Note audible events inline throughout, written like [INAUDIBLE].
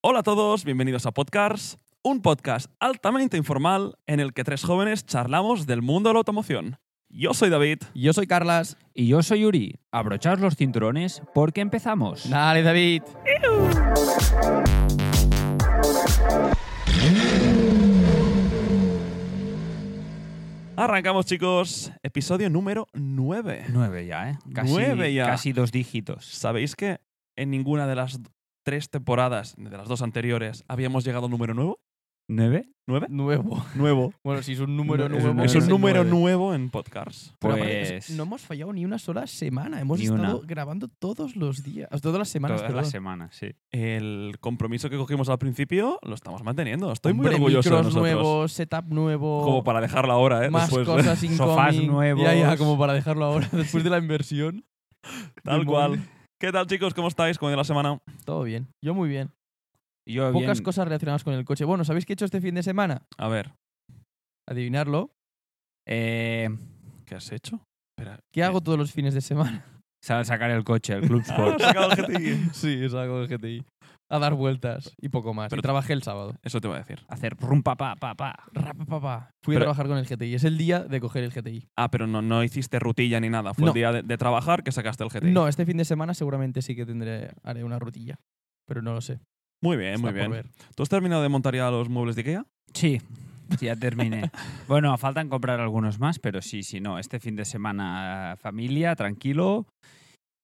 Hola a todos, bienvenidos a Podcasts, un podcast altamente informal en el que tres jóvenes charlamos del mundo de la automoción. Yo soy David. Yo soy Carlas. Y yo soy Yuri. Abrochaos los cinturones porque empezamos. Dale, David. Arrancamos, chicos. Episodio número 9. Nueve ya, ¿eh? Casi, Nueve ya. Casi dos dígitos. ¿Sabéis que en ninguna de las d- tres temporadas, de las dos anteriores, habíamos llegado al número nuevo? ¿Nueve? ¿Nueve? Nuevo. [LAUGHS] Nuevo. Bueno, si es un número No, es un nuevo. Es un sí, número nuevo en Podcasts. Pero aparte, Pues- No hemos fallado ni una sola semana. Hemos Ni estado una. grabando todos los días. Todas las semanas. Todas las perdón. semanas, sí. El compromiso que cogimos al principio lo estamos manteniendo. Estoy muy Hombre, orgulloso de Micros nosotros. nuevos, setup nuevo. Como para dejarlo ahora, ¿eh? más Después, ¿eh? [LAUGHS] cosas incoming. Sofás nuevos. Ya, ya, como para dejarlo ahora, [LAUGHS] después de la inversión. Tal Muy cual. ¿Qué tal, chicos? ¿Cómo estáis? ¿Cómo ha ido la semana? Todo bien. Yo muy bien. Yo Pocas bien- cosas relacionadas con el coche. Bueno, ¿sabéis qué he hecho este fin de semana? A ver, Adivinarlo. Eh, ¿qué has hecho? Espera. ¿Qué hago todos los fines de semana? sa- sacar el coche, el Club Ah, Sport. [LAUGHS] has sacado el GTI. sí, es algo de GTI. A dar vueltas y poco más. Pero- y trabajé el sábado. [LAUGHS] Eso te voy a decir. Hacer rumpa, pa, pa, pa. Rapa, pa, pa. Fui Pero- a trabajar con el GTI. Es el día de coger el GTI. Ah, pero no, no hiciste rutilla ni nada. Fue No. el día de, de trabajar que sacaste el GTI. No, este fin de semana seguramente sí que tendré haré una rutilla. Pero no lo sé. Muy bien, Está muy por bien. ver. ¿Tú has terminado de montar ya los muebles de Ikea? Sí, sí, ya terminé. bueno, faltan comprar algunos más, pero sí, sí, no. Este fin de semana, familia, tranquilo.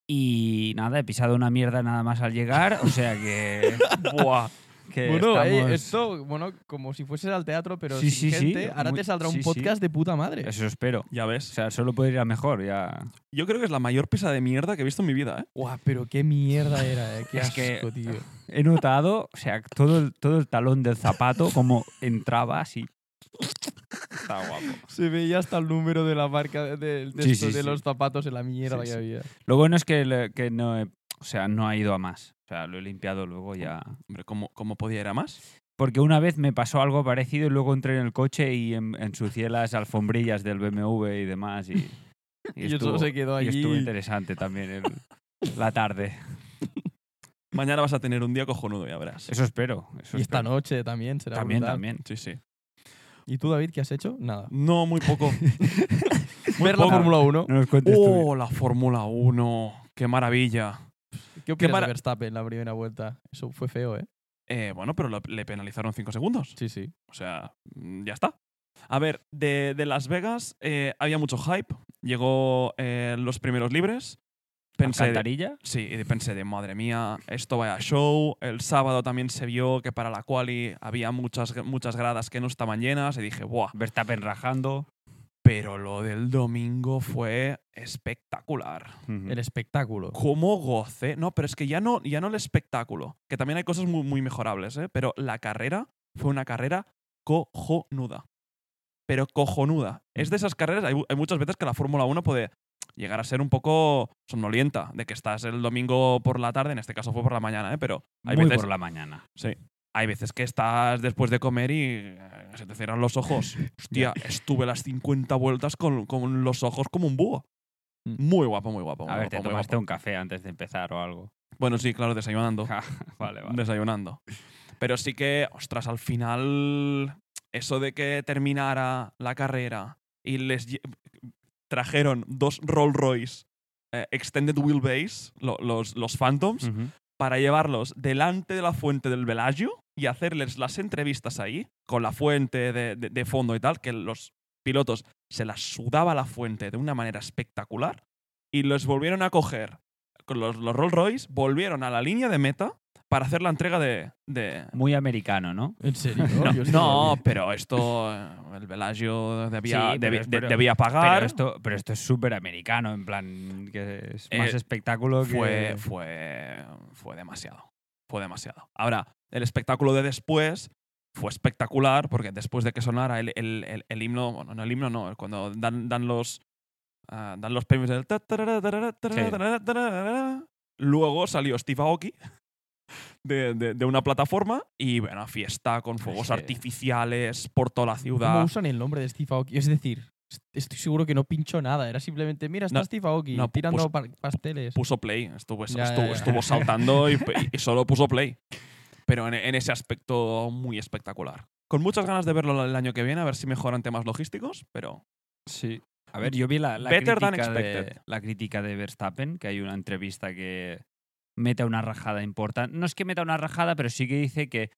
Y nada, he pisado una mierda nada más al llegar, o sea que. [LAUGHS] Buah. que Bueno, eh, estamos- esto, bueno, como si fueses al teatro, pero Sí, sin sí, sí. gente, ahora Muy- te saldrá sí, un sí. podcast de puta madre. Eso espero. Ya O ves. sea, solo puede ir a mejor, ya. Yo creo que es la mayor pesa de mierda que he visto en mi vida, ¿eh? Guau, pero qué mierda era, eh. Qué Es asco, que- tío. He notado, o sea, todo el, todo el talón del zapato como entraba así. Está guapo. [LAUGHS] Se veía hasta el número de la marca de, de- de Sí, esto- sí, de sí. los zapatos en la mierda Sí, que sí. había. Lo bueno es que, le- que no, he- o sea, no ha ido a más. O sea, lo he limpiado luego ya. Hombre, ¿cómo, cómo podía ir a más? Porque una vez me pasó algo parecido y luego entré en el coche y en- ensucié las alfombrillas del BMW y demás. Y, y [LAUGHS] Y, eso se quedó y allí. estuvo interesante también el- la tarde. Mañana vas a tener un día cojonudo, ya verás. Eso espero. eso Y esta espero. noche también será También, brutal. también. Sí, sí. ¿Y tú, David, qué has hecho? Nada. No, muy [LAUGHS] poco. Ver la poco. Fórmula 1. No nos cuentes tú. ¡Oh, la Fórmula 1! ¡Qué maravilla! ¿Qué opinas mara- de Verstappen en la primera vuelta? Eso fue feo, ¿eh? Eh, bueno, pero lo- le penalizaron 5 segundos. Sí, sí. O sea, mm, ya está. A ver, de, de Las Vegas eh, había mucho hype. Llegó eh, los primeros libres. Pensé, ¿Alcantarilla? sí, y pensé de madre mía, esto vaya show. El sábado también se vio que para la quali había muchas, muchas gradas que no estaban llenas. Y dije, ¡buah! Verstappen rajando. Pero lo del domingo fue espectacular. Ujú. El espectáculo. ¿Cómo goce? No, pero es que ya no, ya no el espectáculo, que también hay cosas muy, muy mejorables, ¿eh? pero la carrera fue una carrera cojonuda. Pero cojonuda. Es de esas carreras, hay, hay muchas veces que la Fórmula 1 puede llegar a ser un poco somnolienta, de que estás el domingo por la tarde, en este caso fue por la mañana, ¿eh? pero hay Muy veces, por la mañana. hay veces que estás después de comer y eh, se te cierran los [LAUGHS] ojos. Hostia, estuve las 50 vueltas con, con los ojos como un búho. Mm. Muy guapo, muy guapo. muy A ver, guapo, te muy tomaste guapo. un café antes de empezar o [LAUGHS] algo. Bueno, sí, claro, desayunando. vale, vale. desayunando. Pero sí que, ostras, al final, eso de que terminara la carrera y les lle- trajeron dos Rolls Royce eh, Extended Wheelbase, lo- los, los Phantoms, Ujú. para llevarlos delante de la fuente del Velagio y hacerles las entrevistas ahí, con la fuente de, de- de fondo y tal, que los pilotos se las sudaba la fuente de una manera espectacular, y los volvieron a coger con los, los Rolls Royce, volvieron a la línea de meta para hacer la entrega de... de- Muy americano, ¿no? ¿En serio? [LAUGHS] No, Yo estoy no, dormido. pero esto, eh, el Velagio debía, Sí, pero debi- es- de- pero- debía pagar. Pero esto, pero esto es súper americano, en plan, que es más Eh, espectáculo que. fue, fue, fue demasiado. Fue demasiado. Ahora, el espectáculo de después fue espectacular porque después de que sonara el, el- el- el himno, bueno, no el himno, no, cuando dan, dan los. ah, dan los premios del. ta, tarara, tarara, tarara, Sí. tarara, tarara, Luego salió Steve Aoki [LAUGHS] de, de- de una plataforma y bueno, fiesta con fuegos Sí. artificiales por toda la ¿Cómo ciudad. usan el nombre de Steve Aoki? Es decir, est- estoy seguro que no pinchó nada. Era simplemente, mira, está No, Steve Aoki no, pues pu- pus- tirando pa- pasteles. Puso play, estuvo, Ya, ya, estuvo- ya. [LAUGHS] estuvo saltando y, y solo puso play. pero en, en ese aspecto muy espectacular. Con muchas ganas de verlo el año que viene, a ver si mejoran temas logísticos, pero Sí. A ver, yo vi la, la Better than crítica de, expected. la crítica de Verstappen, que hay una entrevista que mete una rajada importante. No es que meta una rajada, pero sí que dice que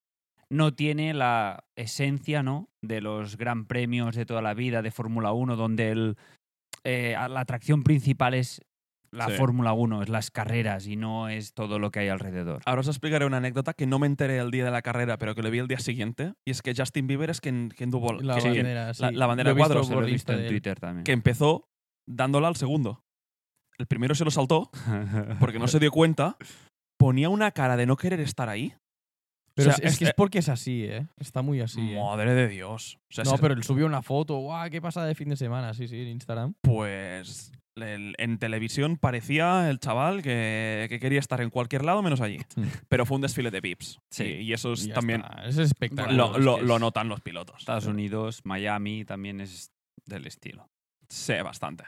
no tiene la esencia ¿no? de los gran premios de toda la vida de Fórmula 1, donde el, eh, a- la atracción principal es la Sí. Fórmula 1, es las carreras y no es todo lo que hay alrededor. Ahora os explicaré una anécdota que no me enteré el día de la carrera, pero que lo vi el día siguiente. Y es que Justin Bieber es quien, quien tuvo La que- bandera, sí. la- la bandera Lo he visto cuadros, por Se lo he visto Insta en de él. Twitter también. [LAUGHS] que empezó dándola al segundo. El primero se lo saltó porque no se dio cuenta. Ponía una cara de no querer estar ahí. Pero O sea, es, es este- que es porque es así, ¿eh? Está muy así. ¿eh? Madre de Dios. O sea, No, se- pero él subió una foto. ¡Guau! ¿Qué pasa de fin de semana? Sí, sí, en Instagram. Pues el- en televisión parecía el chaval que, que quería estar en cualquier lado menos allí. Hmm. pero fue un desfile de pips. Mm. Sí, Sí. Y, eso es Y Pues ya también está. Es espectacular. lo, es lo- que es- lo notan los pilotos. Estados Unidos, Miami también es del estilo. Sí, bastante.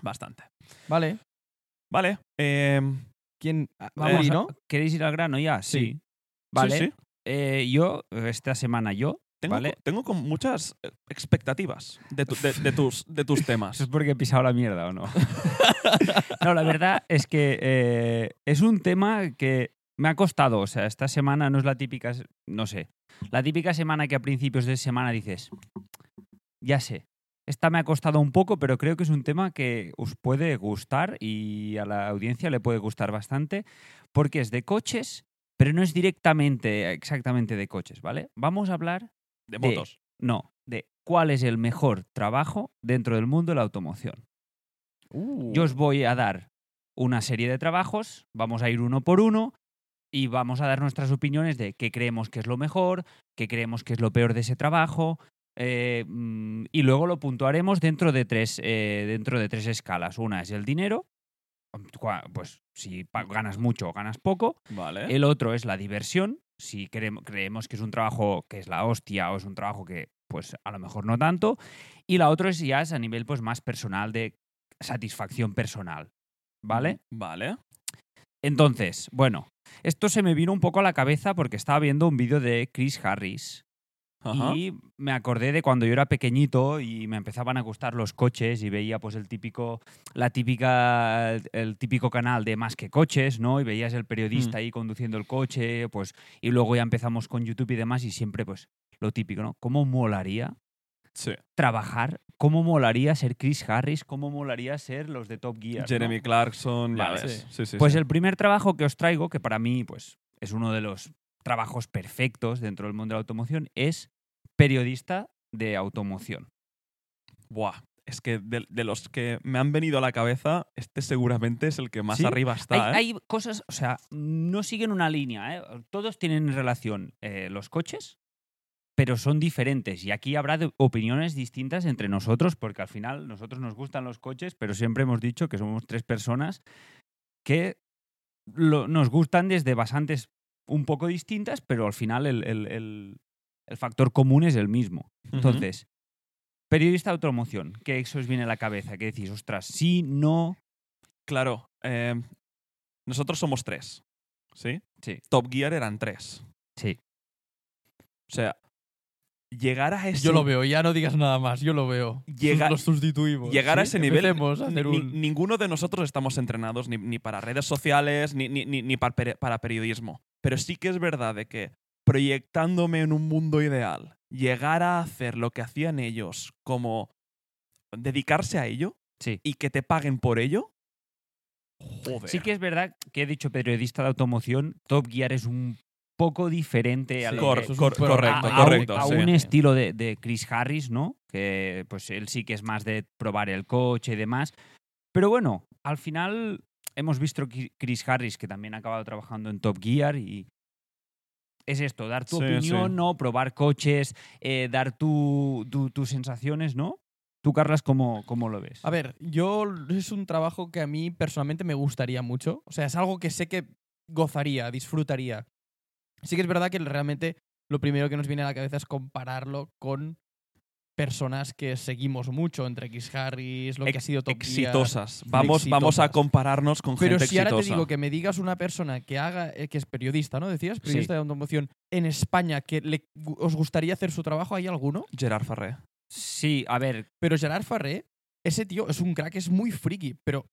Bastante. Vale. Vale. em, ¿Quién? Vamos, Uri, a- ¿Eh? ¿no? ¿Queréis ir al grano ya? Sí. Sí. Vale. sí, sí. Eh, yo, esta semana yo. Tengo, Vale. co- tengo como muchas eh, expectativas de, tu- de- de [LAUGHS] tus, de tus temas. ¿Eso es porque he pisado la mierda o no? [LAUGHS] no, la verdad es que eh, es un tema que me ha costado. O sea, esta semana no es la típica. se- No sé. La típica semana que a principios de semana dices. Ya sé. Esta me ha costado un poco, pero creo que es un tema que os puede gustar y a la audiencia le puede gustar bastante, porque es de coches, pero no es directamente, exactamente de coches, ¿vale? Vamos a hablar De de- motos. No, de cuál es el mejor trabajo dentro del mundo de la automoción. Yo os voy a dar una serie de trabajos, vamos a ir uno por uno y vamos a dar nuestras opiniones de qué creemos que es lo mejor, qué creemos que es lo peor de ese trabajo. eh, mm, y luego lo puntuaremos dentro de tres eh, dentro de tres escalas. Una es el dinero, cua- pues si pa- ganas mucho o ganas poco, Vale. el otro es la diversión. Si creem- creemos que es un trabajo que es la hostia o es un trabajo que, pues, a lo mejor no tanto. Y la otra es ya es a nivel pues, más personal, de satisfacción personal. ¿Vale? Vale. Entonces, bueno, esto se me vino un poco a la cabeza porque estaba viendo un vídeo de Chris Harris Ajá. y me acordé de cuando yo era pequeñito y me empezaban a gustar los coches y veía pues el típico, la típica, el típico canal de más que coches, ¿no? Y veías el Mm. periodista ahí conduciendo el coche, pues, y luego ya empezamos con YouTube y demás y siempre pues lo típico, ¿no? ¿Cómo molaría Sí. trabajar? ¿Cómo molaría ser Chris Harris? ¿Cómo molaría ser los de Top Gear? ¿no? Jeremy Clarkson, ya Vale. ves. Sí, sí, Pues sí. el primer trabajo que os traigo, que para mí pues, es uno de los trabajos perfectos dentro del mundo de la automoción, es periodista de automoción. Buah, es que de, de los que me han venido a la cabeza, este seguramente es el que más ¿Sí? arriba Hay, está. ¿eh? hay cosas, o sea, no siguen una línea, ¿eh? todos tienen relación eh, los coches, pero son diferentes y aquí habrá de- opiniones distintas entre nosotros, porque al final nosotros nos gustan los coches, pero siempre hemos dicho que somos tres personas que lo- nos gustan desde bastantes un poco distintas, pero al final el- el- el- el factor común es el mismo. Ujú. Entonces, periodista de automoción, ¿qué eso os viene a la cabeza? Que decís, ostras, sí, no. Claro, eh, nosotros somos tres. ¿Sí? Sí. Top Gear eran tres. Sí. O sea, llegar a ese Yo lo veo, ya no digas nada más, yo lo veo. Llega- Sus- los sustituimos. Llegar a Pues ¿sí? ese nivel, Empecemos a hacer ni- un- ninguno de nosotros estamos entrenados ni, ni para redes sociales, ni, ni, ni, ni para, peri- para periodismo. Pero sí que es verdad de que proyectándome en un mundo ideal, llegar a hacer lo que hacían ellos, como dedicarse a ello Sí. y que te paguen por ello, joder. Sí que es verdad que he dicho periodista de automoción, Top Gear es un poco diferente a Sí, lo Cor- que- eso es cor- un programa. correcto, a- a un- correcto. a sí. un estilo de, de Chris Harris, ¿no? Que pues él sí que es más de probar el coche y demás. Pero bueno, al final hemos visto que Chris Harris, que también ha acabado trabajando en Top Gear y es esto, dar tu Sí, opinión, sí. ¿no? Probar coches, eh, dar tu- tu- tus sensaciones, ¿no? Tú, Carlas, ¿cómo, cómo lo ves? A ver, yo es un trabajo que a mí personalmente me gustaría mucho. O sea, es algo que sé que gozaría, disfrutaría. Sí que es verdad que realmente lo primero que nos viene a la cabeza es compararlo con personas que seguimos mucho, entre Chris Harris, lo que Ex- ha sido Top Gear. exitosas. Vamos, vamos a exitosas. compararnos con Pero gente si exitosa. ahora te digo que me digas una persona que haga, eh, que es periodista, ¿no? Decías, periodista de automoción en España que le, gu- os gustaría hacer su trabajo, ¿hay alguno? Gerard Farré. Sí, a ver, Pero Gerard Farré, ese tío es un crack, es muy friki, pero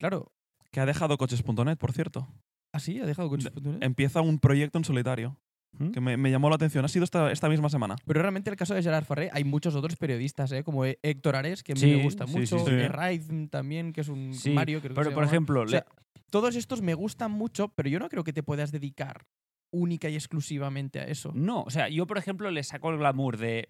claro, Que ha dejado coches.net, por cierto. así ha dejado coches. eh, Empieza un proyecto en solitario. ¿Mm? Que me, me llamó la atención. Ha sido esta, esta misma semana. Pero realmente el caso de Gerard Farré, hay muchos otros periodistas, ¿eh? como eh, Héctor Ares, que a mí Sí, me gusta sí, mucho, sí, sí. eh, Raiz también, que es un Sí, Mario, creo que pero se por llama. ejemplo, O sea, le- todos estos me gustan mucho, pero yo no creo que te puedas dedicar única y exclusivamente a eso. no, o sea, yo por ejemplo le saco el glamour de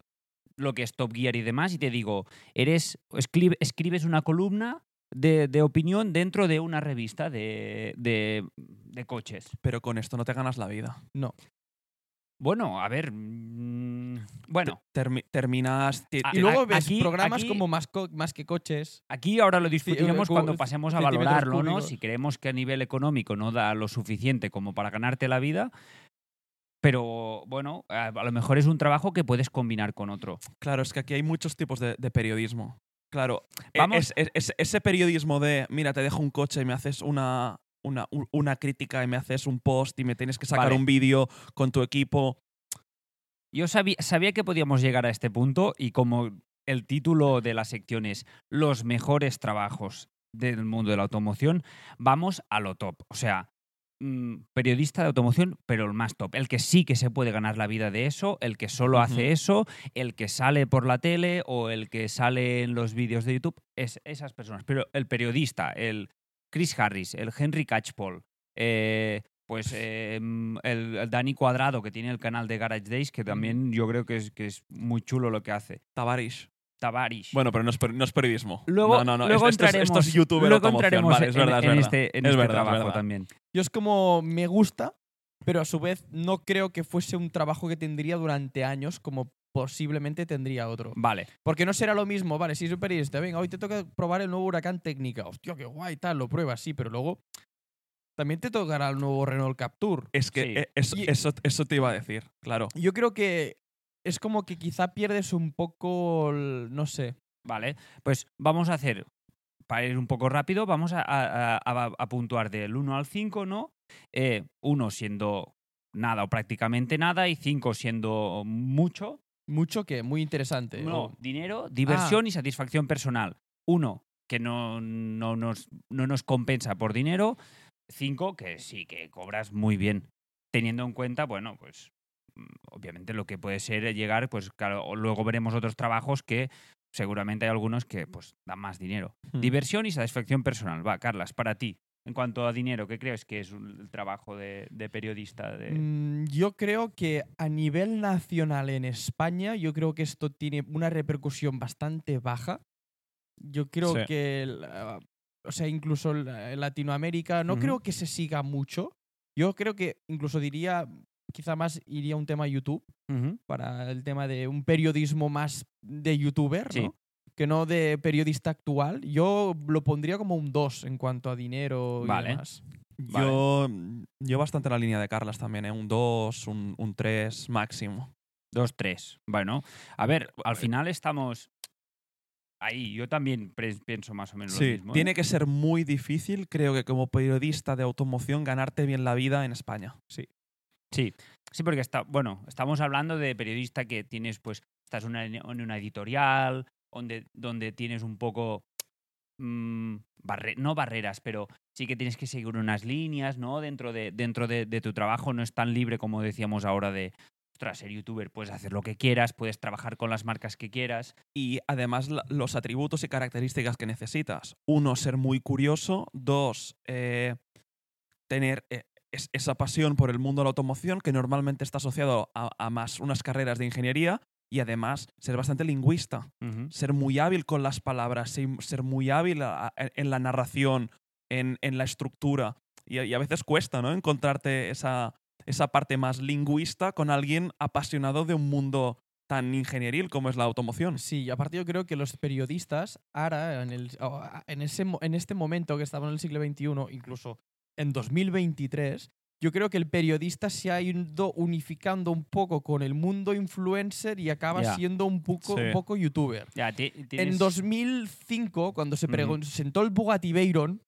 lo que es Top Gear y demás y te digo, eres escri- escribes una columna de, de opinión dentro de una revista de, de- de coches. Pero con esto no te ganas la vida. Bueno, a ver, mm, bueno, Termi- terminas. ti- Ah, Y ti- luego a- ves aquí- programas aquí- como más, Co- más que coches. aquí ahora lo discutiremos cu- cuando pasemos a centímetros valorarlo, ¿no? cúbicos. Si creemos que a nivel económico no da lo suficiente como para ganarte la vida, pero bueno, a a lo mejor es un trabajo que puedes combinar con otro. Claro, es que aquí hay muchos tipos de, de periodismo. Claro, e- Vamos. es- es- es- ese periodismo de, mira, te dejo un coche y me haces una, una, u- una crítica y me haces un post y me tienes que sacar Vale. un vídeo con tu equipo. Yo sabía, sabía que podíamos llegar a este punto y como el título de la sección es Los mejores trabajos del mundo de la automoción, vamos a lo top. O sea, mm, periodista de automoción, pero el más top. El que sí que se puede ganar la vida de eso, el que solo hace Ujú. eso, el que sale por la tele o el que sale en los vídeos de YouTube, es esas personas. Pero el periodista, el Chris Harris, el Henry Catchpole, eh, pues eh, mm, el, el Dani Cuadrado, que tiene el canal de Garage Days, Mm. que también yo creo que es, que es muy chulo lo que hace. Tabarish. Tabarish. Bueno, pero no es, per- no es periodismo. luego, no, no, no. luego es- esto, es- entraremos, esto es youtuber luego automoción. entraremos Vale, es en, verdad, es en verdad. este, en Es este verdad, es trabajo verdad. también. Yo es como me gusta, pero a su vez no creo que fuese un trabajo que tendría durante años como posiblemente tendría otro. Vale. Porque no será lo mismo, vale, si soy periodista, venga, hoy te toca probar el nuevo huracán técnica. Hostia, qué guay, tal, lo pruebas, sí, pero luego también te tocará el nuevo Renault Capture. Es que Sí. eh, eso, Y- eso, eso te iba a decir, claro. Yo creo que es como que quizá pierdes un poco, el- no sé. Vale, pues vamos a hacer, para ir un poco rápido, vamos a, a- a- a- a puntuar del 1 al 5, ¿no? 1 siendo nada o prácticamente nada y 5 siendo mucho. Mucho que, muy interesante. No, Ah. o- este, dinero, diversión y satisfacción personal. 1 que no, no nos, no nos compensa por dinero. 5 que sí, que cobras muy bien. Teniendo en cuenta, bueno, pues mm, obviamente lo que puede ser llegar, pues claro, o luego veremos otros trabajos que seguramente hay algunos que pues dan más dinero. Hmm. Diversión y satisfacción personal. Va, Carlas, para ti. En cuanto a dinero, ¿qué crees que es un- el trabajo de, de periodista? De... Mm, Yo creo que a nivel nacional en España, yo creo que esto tiene una repercusión bastante baja. Yo creo Sí. que, la- o sea, incluso la- en Latinoamérica, no Ujú. creo que se siga mucho. Yo creo que incluso diría, quizá más iría un tema YouTube, Mm, Ujú. para el tema de un periodismo más de youtuber, Sí. ¿no? Que no de periodista actual. Yo lo pondría como un 2 en cuanto a dinero y Vale. demás. Vale. Yo, yo bastante en la línea de Carlas también, ¿eh? un 2, un un 3 máximo. Dos, tres. Bueno, a ver, al final estamos ahí. Yo también pre- pienso más o menos lo Sí, mismo. ¿eh? tiene que ser muy difícil, creo que como periodista de automoción, ganarte bien la vida en España. Sí, sí, porque está, bueno, estamos hablando de periodista que tienes, pues, estás una- en una editorial, donde, donde tienes un poco, mm, barre- no barreras, pero sí que tienes que seguir unas líneas, ¿no? Dentro, de, dentro de, de tu trabajo no es tan libre como decíamos ahora de, ostras, ser youtuber, puedes hacer lo que quieras, puedes trabajar con las marcas que quieras. Y además la- los atributos y características que necesitas. Uno, ser muy curioso. Dos, eh, tener eh, es- esa pasión por el mundo de la automoción que normalmente está asociado a, a más unas carreras de ingeniería. Y además ser bastante lingüista. ser muy hábil con las palabras, ser- ser muy hábil a- a- en la narración, en, en la estructura. Y, a- y a veces cuesta, ¿no? Encontrarte esa, esa parte más lingüista con alguien apasionado de un mundo tan ingenieril como es la automoción. Sí, y aparte yo creo que los periodistas ahora, en, el, o- en, ese, mo- en este momento que estamos en el siglo XXI, incluso en 2023, yo creo que el periodista se ha ido unificando un poco con el mundo influencer y acaba Ya. siendo un poco, Sí. un poco youtuber. Ya, ti- tienes- En 2005, cuando se Ujú. presentó el Bugatti Veyron,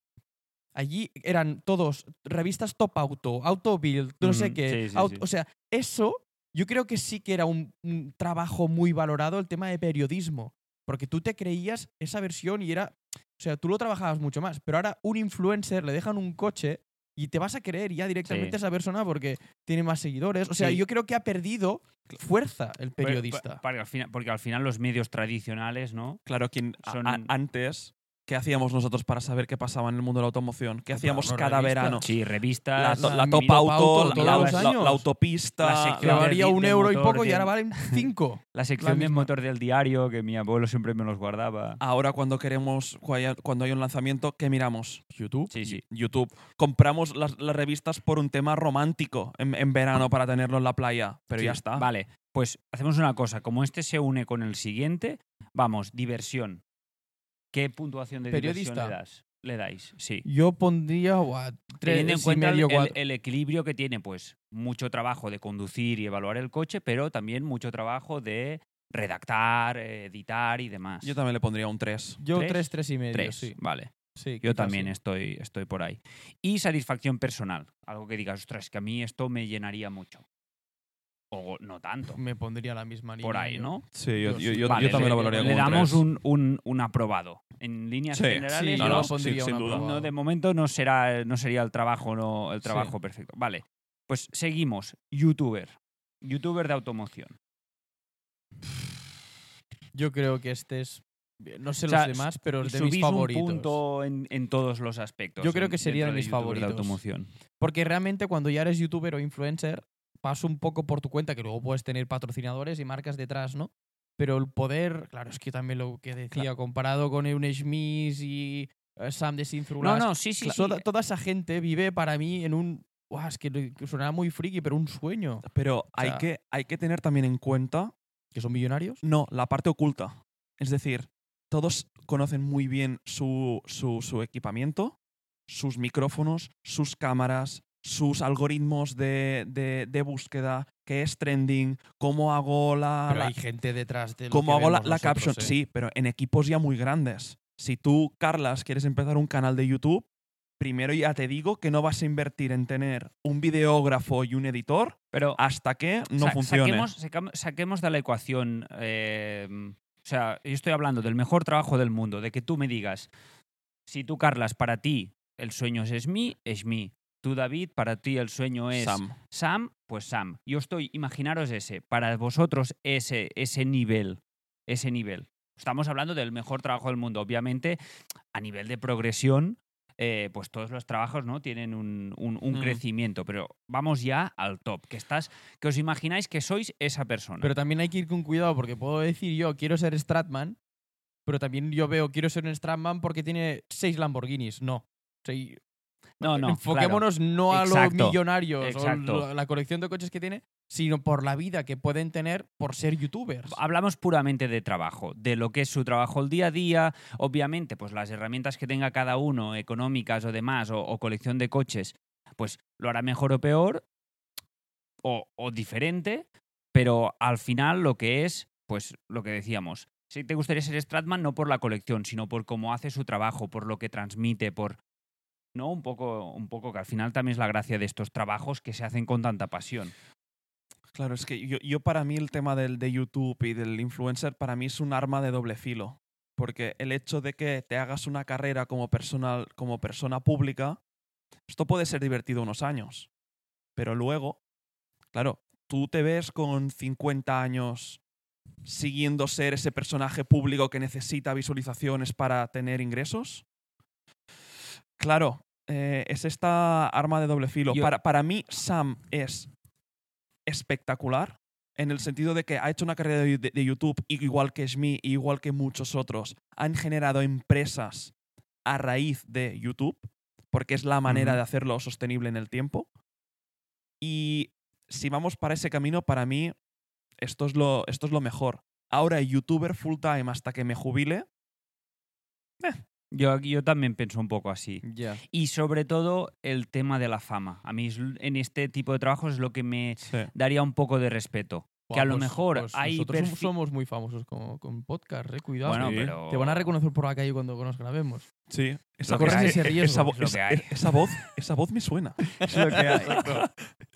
allí eran todos revistas Top Auto, Auto Build, no sé Ujú, qué. sí, sí, Auto- sí. O sea, eso yo creo que sí que era un, un trabajo muy valorado el tema de periodismo. Porque tú te creías esa versión y era. O sea, tú lo trabajabas mucho más. Pero ahora un influencer le dejan un coche y te vas a creer ya directamente Sí. a esa persona porque tiene más seguidores. O sea, Sí. yo creo que ha perdido fuerza el Pero- periodista. pa- para- al final- porque al final los medios tradicionales, ¿no? Claro, quien a- Son- a- antes, ¿qué hacíamos nosotros para saber qué pasaba en el mundo de la automoción? ¿Qué Comprar hacíamos una cada revista. verano? Sí, La, revistas. to- la la top mini top auto, auto la- todos la, los la- años. la autopista, La que sección- la- de- valía de un euro y motor, poco y de- ahora valen [LAUGHS] cinco. La sección de misma. motor del diario que mi abuelo siempre me los guardaba. Ahora cuando queremos, cu- hay- cuando hay un lanzamiento, ¿qué miramos? YouTube. Sí, sí. YouTube. Compramos las, las revistas por un tema romántico en, en verano para tenerlo en la playa, pero Sí, ya está. Vale, pues hacemos una cosa. Como este se une con el siguiente, vamos, diversión. ¿Qué puntuación de Periodista. diversión le, das? le dais? Sí. Yo pondría buah, tres Teniendo en y cuenta el, medio, el- cuatro. el equilibrio que tiene, pues, mucho trabajo de conducir y evaluar el coche, pero también mucho trabajo de redactar, eh, editar y demás. Yo también le pondría un 3. Yo ¿tres? tres, tres y medio, Tres, sí. vale. Sí, Yo quizás también sí. estoy, estoy por ahí. Y satisfacción personal. Algo que digas, ostras, que a mí esto me llenaría mucho. O no tanto. Me pondría la misma línea. Por ahí, yo. ¿no? Sí, yo, Mm, Yo yo- sí. yo- Vale, yo también le- lo valoraría le como Le un damos tres. un, un- un aprobado. En líneas Sí, generales, Sí, no, yo no, no, sí, pondría sin una duda. aprobada. no, de momento no será, no sería el trabajo, no, el Sí. trabajo perfecto. Vale. Pues seguimos. Youtuber. Youtuber de automoción. Yo creo que este es... No sé O sea, los demás, pero es de Subís mis favoritos. un punto en, en todos los aspectos. Yo creo en- que sería dentro de mis youtuber De favoritos. automoción. Porque realmente cuando ya eres youtuber o influencer, vas un poco por tu cuenta, que luego puedes tener patrocinadores y marcas detrás, ¿no? Pero el poder, claro, es que también lo que decía, comparado con un Smith y eh, Sam de No, Sinfrulas, no, sí, sí. Cla- sí. toda, toda esa gente vive para mí en un. Buah, es que lo- que sonará muy friki, pero un sueño. Pero hay, sea- que, hay que tener también en cuenta ¿Que son millonarios? No, la parte oculta. Es decir, todos conocen muy bien su, su- su equipamiento, sus micrófonos, sus cámaras, sus algoritmos de, de- de búsqueda, qué es trending, cómo hago la, Pero la- hay gente detrás de. lo cómo que hago la, vemos la nosotros, caption. ¿eh? Sí, pero en equipos ya muy grandes. Si tú, Carlas, quieres empezar un canal de YouTube, primero ya te digo que no vas a invertir en tener un videógrafo y un editor Pero hasta que no Sa- funcione. Saquemos, sacam- saquemos de la ecuación. eh, o sea, yo estoy hablando del mejor trabajo del mundo, de que tú me digas, si tú, Carlas, para ti el sueño es mí, es mí. Tú, David, para ti el sueño es Sam, Sam. pues Sam. Yo estoy, imaginaros ese, para vosotros ese, ese nivel, ese nivel. Estamos hablando del mejor trabajo del mundo. Obviamente, a nivel de progresión, eh, pues todos los trabajos ¿no? tienen un, un- un Mm. crecimiento, pero vamos ya al top, que estás que os imagináis que sois esa persona. Pero también hay que ir con cuidado, porque puedo decir yo, quiero ser Stratman, pero también yo veo, quiero ser un Stratman porque tiene seis Lamborghinis. No. O sea, y- no, no, claro. enfoquémonos no a Exacto. los millonarios Exacto. o lo- la colección de coches que tiene, sino por la vida que pueden tener por ser youtubers. Hablamos puramente de trabajo, de lo que es su trabajo el día a día, obviamente, pues las herramientas que tenga cada uno, económicas o demás, o, o colección de coches, pues lo hará mejor o peor, o, o diferente, pero al final lo que es, pues lo que decíamos, si te gustaría ser Stratman no por la colección, sino por cómo hace su trabajo, por lo que transmite, por... No, un poco, un poco, que al final también es la gracia de estos trabajos que se hacen con tanta pasión. Claro, es que yo, yo para mí el tema del, de YouTube y del influencer para mí es un arma de doble filo. Porque el hecho de que te hagas una carrera como, personal, como persona pública, esto puede ser divertido unos años. Pero luego, claro, tú te ves con 50 años siguiendo ser ese personaje público que necesita visualizaciones para tener ingresos. Claro, eh, es esta arma de doble filo. Yo- Para, para mí, Sam es espectacular en el sentido de que ha hecho una carrera de, de- de YouTube igual que Shmi, igual que muchos otros. Han generado empresas a raíz de YouTube, porque es la manera Ujú. de hacerlo sostenible en el tiempo. Y si vamos para ese camino, para mí esto es lo, esto es lo mejor. Ahora, youtuber full time hasta que me jubile, Yo, yo también pienso un poco así. Ya. Y sobre todo el tema de la fama. A mí es l- en este tipo de trabajos es lo que me Sí. daría un poco de respeto. Que a lo mejor hay pues, Nosotros som- perfil- somos muy famosos con, con podcast, eh, cuidado. bueno, sí. pero... Te van a reconocer por la calle cuando nos grabemos. Sí. Esa, Lo que cosa- e- hay. e- Ese esa, riesgo vo- es lo esa- que hay. esa voz, esa voz me suena. Es lo que hay. [LAUGHS]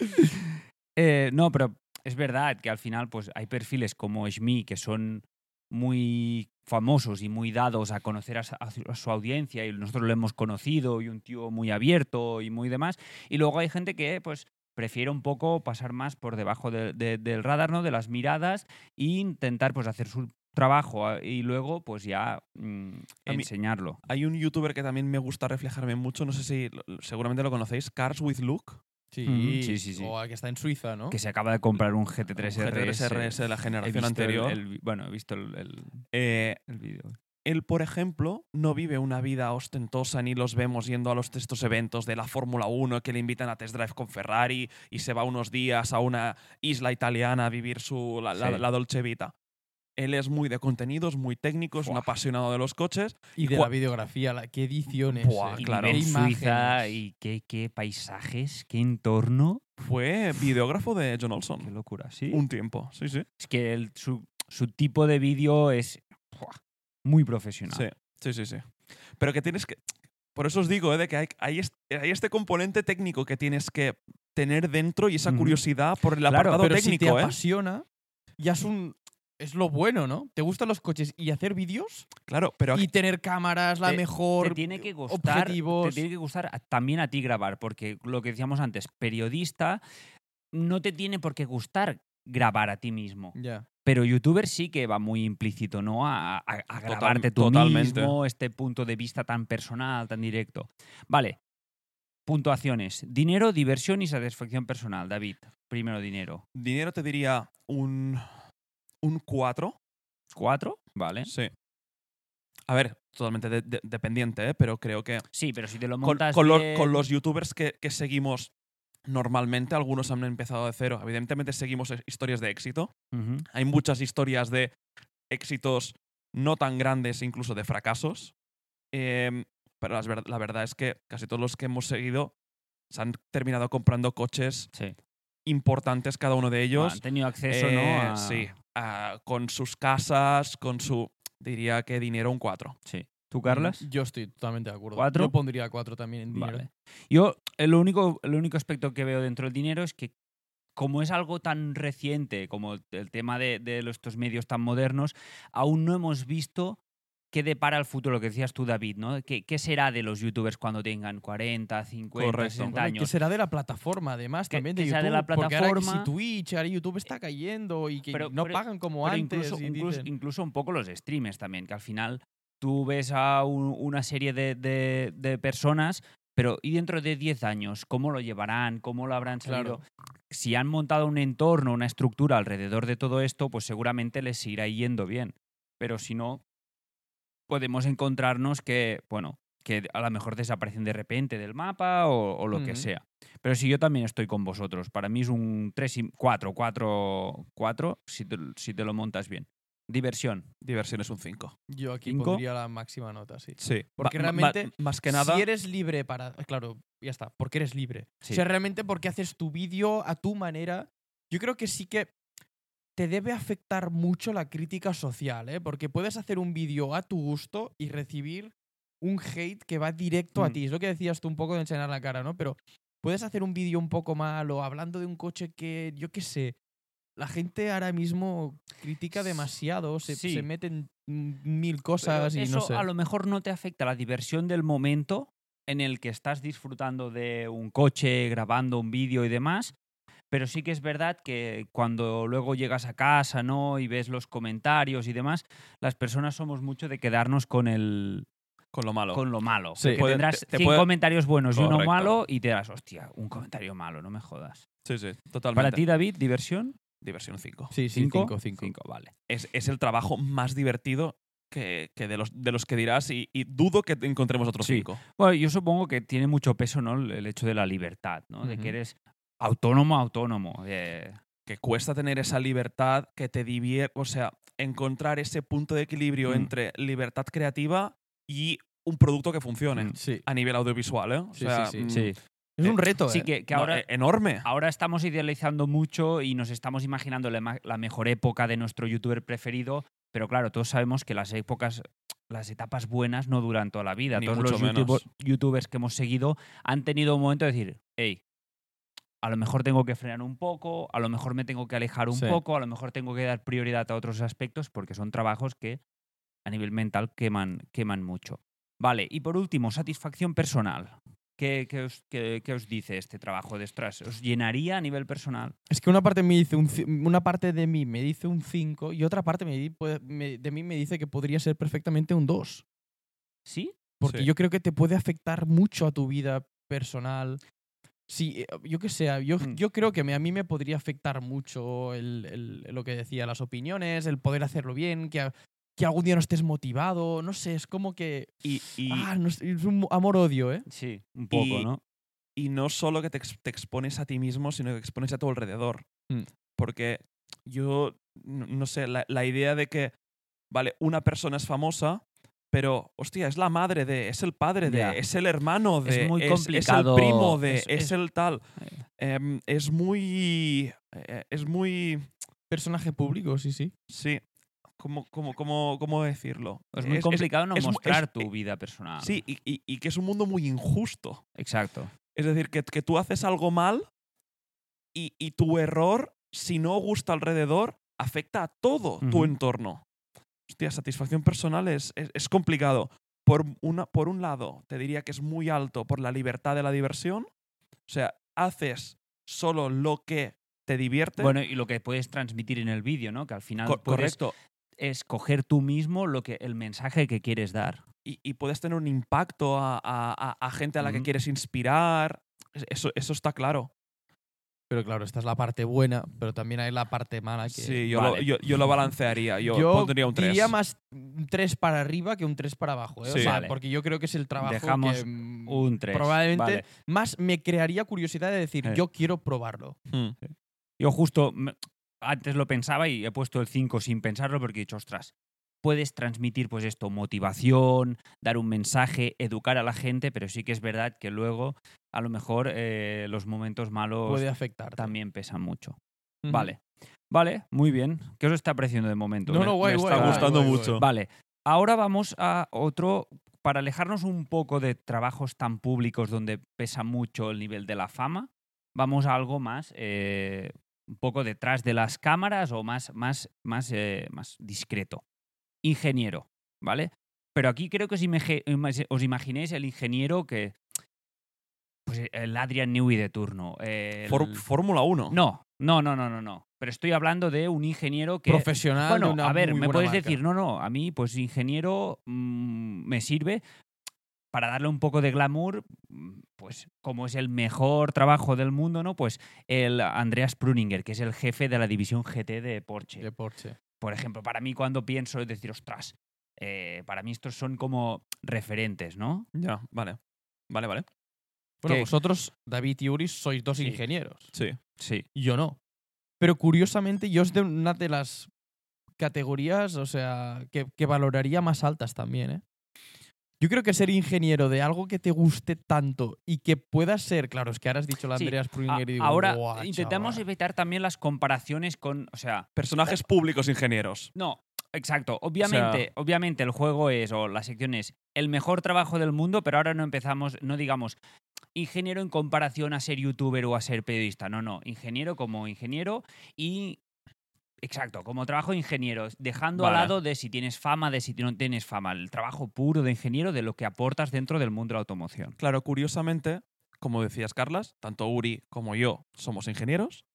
Eh, no, pero es verdad que al final pues hay perfiles como Shmi que son muy famosos y muy dados a conocer a sa- a su, a su audiencia y nosotros lo hemos conocido y un tío muy abierto y muy demás. Y luego hay gente que pues prefiere un poco pasar más por debajo de- de- del radar, ¿no? De las miradas e intentar pues hacer su trabajo ah, y luego pues ya mm, A mí- enseñarlo. [LAUGHS] Hay un youtuber que también me gusta reflejarme mucho, no sé si lo- seguramente lo conocéis, Cars with Luke. Sí, Mm, sí, sí, sí. O a que está en Suiza, ¿no? Que se acaba de comprar un GT3 Un GT3 RS. RS de la He generación visto el- anterior. el vi- bueno, he visto el, el- Eh, el vídeo. él, por ejemplo, no vive una vida ostentosa ni los vemos yendo a los estos eventos de la Fórmula 1 que le invitan a test drive con Ferrari y se va unos días a una isla italiana a vivir su, la, la- Sí. la Dolce Vita. Él es muy de contenidos, muy técnico, es un Buah. apasionado de los coches. y de cua- la videografía, la, qué ediciones. Buah, eh, claro. en qué Ah, Suiza imágenes. y qué, qué paisajes, qué entorno. Fue videógrafo de John Qué Olson locura, sí. un tiempo. Sí, sí. Es que el- su, su tipo de vídeo es ¡buah! muy profesional. Sí, sí, sí, sí. Pero que tienes que. Por eso os digo, eh, de que hay, hay est- hay este, componente técnico que tienes que tener dentro y esa Ujú. curiosidad por el Claro, apartado Pero si técnico, te ¿eh? apasiona, ya es un... Es lo bueno, ¿no? ¿Te gustan los coches y hacer vídeos? Claro, pero Y tener cámaras, la Te- mejor... Te tiene que gustar, te objetivos. tiene que gustar a- también a ti grabar, porque lo que decíamos antes, periodista, no te tiene por qué gustar grabar a ti mismo. Ya. Pero youtuber sí que va muy implícito, ¿no? A, a- a Total- grabarte tú totalmente. mismo, este punto de vista tan personal, tan directo. Vale. Puntuaciones. Dinero, diversión y satisfacción personal. David, primero dinero. dinero te diría un. Un 4. ¿Cuatro? Vale. Sí. A ver, totalmente de- de- dependiente, ¿eh? pero creo que. Sí, pero si te lo Con, montas con los, bien- con los youtubers que, que seguimos normalmente, algunos han empezado de cero. Evidentemente, seguimos eh, historias de éxito. Ujú. Hay muchas historias de éxitos no tan grandes, incluso de fracasos. Em, pero las ver- la verdad es que casi todos los que hemos seguido se han terminado comprando coches Sí. importantes, cada uno de ellos. Han tenido acceso, Eh, ¿no? Ah. A- Sí, a- con sus casas, con su... Diría que dinero un 4. Sí. ¿Tú, Carlas? Mm, Yo estoy totalmente de acuerdo. ¿Cuatro? Yo pondría cuatro también en dinero. ¿eh? Vale. ¿eh? Yo, el único, el único aspecto que veo dentro del dinero es que, como es algo tan reciente como el- el tema de, de los- estos medios tan modernos, aún no hemos visto qué depara el futuro, lo que decías tú, David, ¿no? ¿Qué, qué será de los youtubers cuando tengan 40, 50, Correcto. 60 Bueno, y que años? será de la plataforma, además, Que- también que de sea YouTube. de la porque ahora que plataforma. si Twitch, ahora YouTube está cayendo y que Pero- no pero- pagan como Pero antes. incluso, y incluso, dicen- incluso un poco los streamers también, que al final tú ves a un- una serie de, de- de personas, pero ¿y dentro de 10 años? ¿Cómo lo llevarán? ¿Cómo lo habrán salido? Claro. Si han montado un entorno, una estructura alrededor de todo esto, pues seguramente les irá yendo bien. Pero si no, podemos encontrarnos que, bueno, que a lo mejor desaparecen de repente del mapa o, o lo que Ujú. sea. Pero si yo también estoy con vosotros, para mí es un 3 y 4, 4, 4 si te, si te lo montas bien. Diversión. Diversión es un 5. Yo aquí cinco. pondría la máxima nota, sí. Sí. Porque Ma- ma- realmente, más que nada... Si eres libre para. Claro, ya está, porque eres libre. Sí. O sea, realmente porque haces tu vídeo a tu manera. Yo creo que sí que te debe afectar mucho la crítica social, ¿eh? Porque puedes hacer un vídeo a tu gusto y recibir un hate que va directo a Mm. ti. Es lo que decías tú un poco de enseñar la cara, ¿no? Pero puedes hacer un vídeo un poco malo hablando de un coche que, yo qué sé. La gente ahora mismo critica S- demasiado, se, sí. se meten mil Pero cosas y eso no sé. a lo mejor no te afecta la diversión del momento en el que estás disfrutando de un coche, grabando un vídeo y demás. Pero sí que es verdad que cuando luego llegas a casa, ¿no? Y ves los comentarios y demás, las personas somos mucho de quedarnos con el Con lo malo. con lo malo. Sí. Porque Puede- tendrás te- te 100 puede- comentarios buenos y uno Correcto. malo y te das, hostia, un comentario malo, no me jodas. Sí, sí, totalmente. Para ti, David, diversión. Diversión 5. Sí, sí, ¿Cinco? cinco, cinco. Cinco, vale. Es, es el trabajo más divertido que, que de, los, de los que dirás y, y dudo que encontremos otro Sí. 5. Bueno, yo supongo que tiene mucho peso, ¿no? El el hecho de la libertad, ¿no? De Ujú. que eres autónomo, autónomo. eh, Que cuesta tener esa libertad que te divierte, o sea, encontrar ese punto de equilibrio Mm. entre libertad creativa y un producto que funcione Mm. Sí. a nivel audiovisual, ¿eh? O Sí, sea, sí, sí. mm, Sí, ah. Es un reto, Mm. sí ¿eh? que, que no, ahora, e- enorme. ahora estamos idealizando mucho y nos estamos imaginando la, ma- la mejor época de nuestro youtuber preferido, pero claro, todos sabemos que las épocas, las etapas buenas no duran toda la vida. Ni todos mucho los menos. youtubo- youtubers que hemos seguido han tenido un momento de decir, hey, a lo mejor tengo que frenar un poco, a lo mejor me tengo que alejar un Sí. poco, a lo mejor tengo que dar prioridad a otros aspectos porque son trabajos que a nivel mental queman, queman mucho. Vale, y por último, satisfacción personal. ¿Qué, qué os, qué- qué os dice este trabajo de Strass? ¿Os llenaría a nivel personal? Es que una parte, me dice un, ci- una parte de mí me dice un 5 y otra parte me di- puede- me- de mí me dice que podría ser perfectamente un 2. ¿Sí? Porque Sí. yo creo que te puede afectar mucho a tu vida personal. Sí, eh, yo qué sé, yo, Mm. yo creo que me- a mí me podría afectar mucho el- el- lo que decía, las opiniones, el poder hacerlo bien, que, a- que algún día no estés motivado, no sé, es como que... Y, y- ah, no sé, es un amor-odio, ¿eh? Sí, un poco, poco, ¿no? y no solo que te, ex- te expones a ti mismo, sino que expones a tu alrededor. Mm. Porque yo, no, no sé, la, la idea de que, vale, una persona es famosa, pero, hostia, es la madre de, es el padre de, Ya. es el hermano de, muy el complicado. primo de, es, Es- es- el tal. Eh. Em, es muy, eh, es muy, Personaje público, sí, sí. sí, ¿cómo, cómo, cómo, cómo decirlo? Es muy complicado no es mu- es- mostrar tu eh, vida personal. Sí, y- y- y que es un mundo muy injusto. Exacto. Es decir, que, que tú haces algo mal y, y tu error, si no gusta alrededor, afecta a todo tu Ujú. entorno. Hostia, satisfacción personal es, es, es complicado. Por, una, por un lado, te diría que es muy alto por la libertad de la diversión. O sea, haces solo lo que te divierte. Bueno, pues y lo que puedes transmitir en el vídeo, ¿no? Que al final Co- puedes correcto. escoger tú mismo lo que, el mensaje que quieres dar. Y, y puedes tener un impacto a, a- a- a gente a la que Ujú. quieres inspirar. Es- Eso, eso está claro. Pero claro, esta es la parte buena, pero también hay la parte mala que... Sí, yo, lo, Vale. yo, yo lo balancearía. Yo, pondría un 3. diría más un 3 para arriba que un 3 para abajo, ¿eh? Sí. O sea, Vale. porque yo creo que es el trabajo Dejamos que... mm, Un 3. Probablemente más me crearía curiosidad de decir, Eh. yo quiero probarlo. Mm. Yo justo me- antes lo pensaba y he puesto el 5 sin pensarlo porque he dicho, ostras, puedes transmitir pues esto, motivación, dar un mensaje, educar a la gente, pero sí que es verdad que luego a lo mejor eh, los momentos malos Puede afectar. también pesan mucho. Ujú. Vale, vale, muy bien. ¿Qué os está pareciendo de momento? No, Me- no, me guay, está guay. Está guay, gustando guay, mucho. guay. Vale, ahora vamos a otro, para alejarnos un poco de trabajos tan públicos donde pesa mucho el nivel de la fama, vamos a algo más, eh, un poco detrás de las cámaras o más, más, más, eh, más discreto. Ingeniero, ¿vale? Pero aquí creo que os, image- imag- os imaginéis el ingeniero que... Pues el Adrian Newey de turno. el- Fór- Fórmula 1. no, no, no, no, no, no. Pero estoy hablando de un ingeniero que Profesional. bueno, de Ah, una a ver, muy me buena puedes marca. decir, no, no, a mí, pues ingeniero mm, me sirve para darle un poco de glamour, mm, pues como es el mejor trabajo del mundo, ¿no? Pues el Andreas Pruninger, que es el jefe de la división GT de Porsche. De Porsche. Por ejemplo, para mí cuando pienso es decir, ostras, eh, para mí estos son como referentes, ¿no? Ya, vale. Vale, vale. Bueno, Que- vosotros, David y Uri, sois dos Sí. ingenieros. Sí. Sí. Yo no. Pero curiosamente, yo es de una de las categorías, o sea, que, que valoraría más altas también, ¿eh? Yo creo que ser ingeniero de algo que te guste tanto y que pueda ser, claro, es que ahora has dicho la Sí, Andreas A- Pruninger y digo, ahora "Buah, intentamos chaval". evitar también las comparaciones con, o sea, Personajes públicos ingenieros. No, exacto. Obviamente, obviamente el juego es, o la sección es, el mejor trabajo del mundo, pero ahora no empezamos, no digamos, ingeniero en comparación a ser youtuber o a ser periodista. No, no, ingeniero como ingeniero y... Exacto, como trabajo de ingeniero, dejando Vale. al lado de si tienes fama, de si no tienes fama, el trabajo puro de ingeniero de lo que aportas dentro del mundo de la automoción. Claro, curiosamente, como decías, Carlas, tanto Uri como yo somos ingenieros.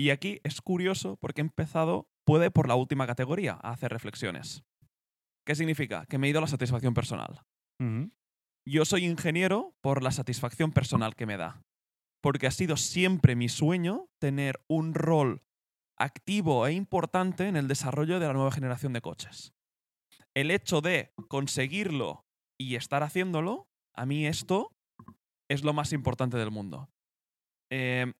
Y aquí es curioso porque he empezado, puede, por la última categoría, a hacer reflexiones. ¿Qué significa? Que me he ido a la satisfacción personal. Yo soy ingeniero por la satisfacción personal que me da. Porque ha sido siempre mi sueño tener un rol activo e importante en el desarrollo de la nueva generación de coches. El hecho de conseguirlo y estar haciéndolo, a mí esto es lo más importante del mundo. Eh,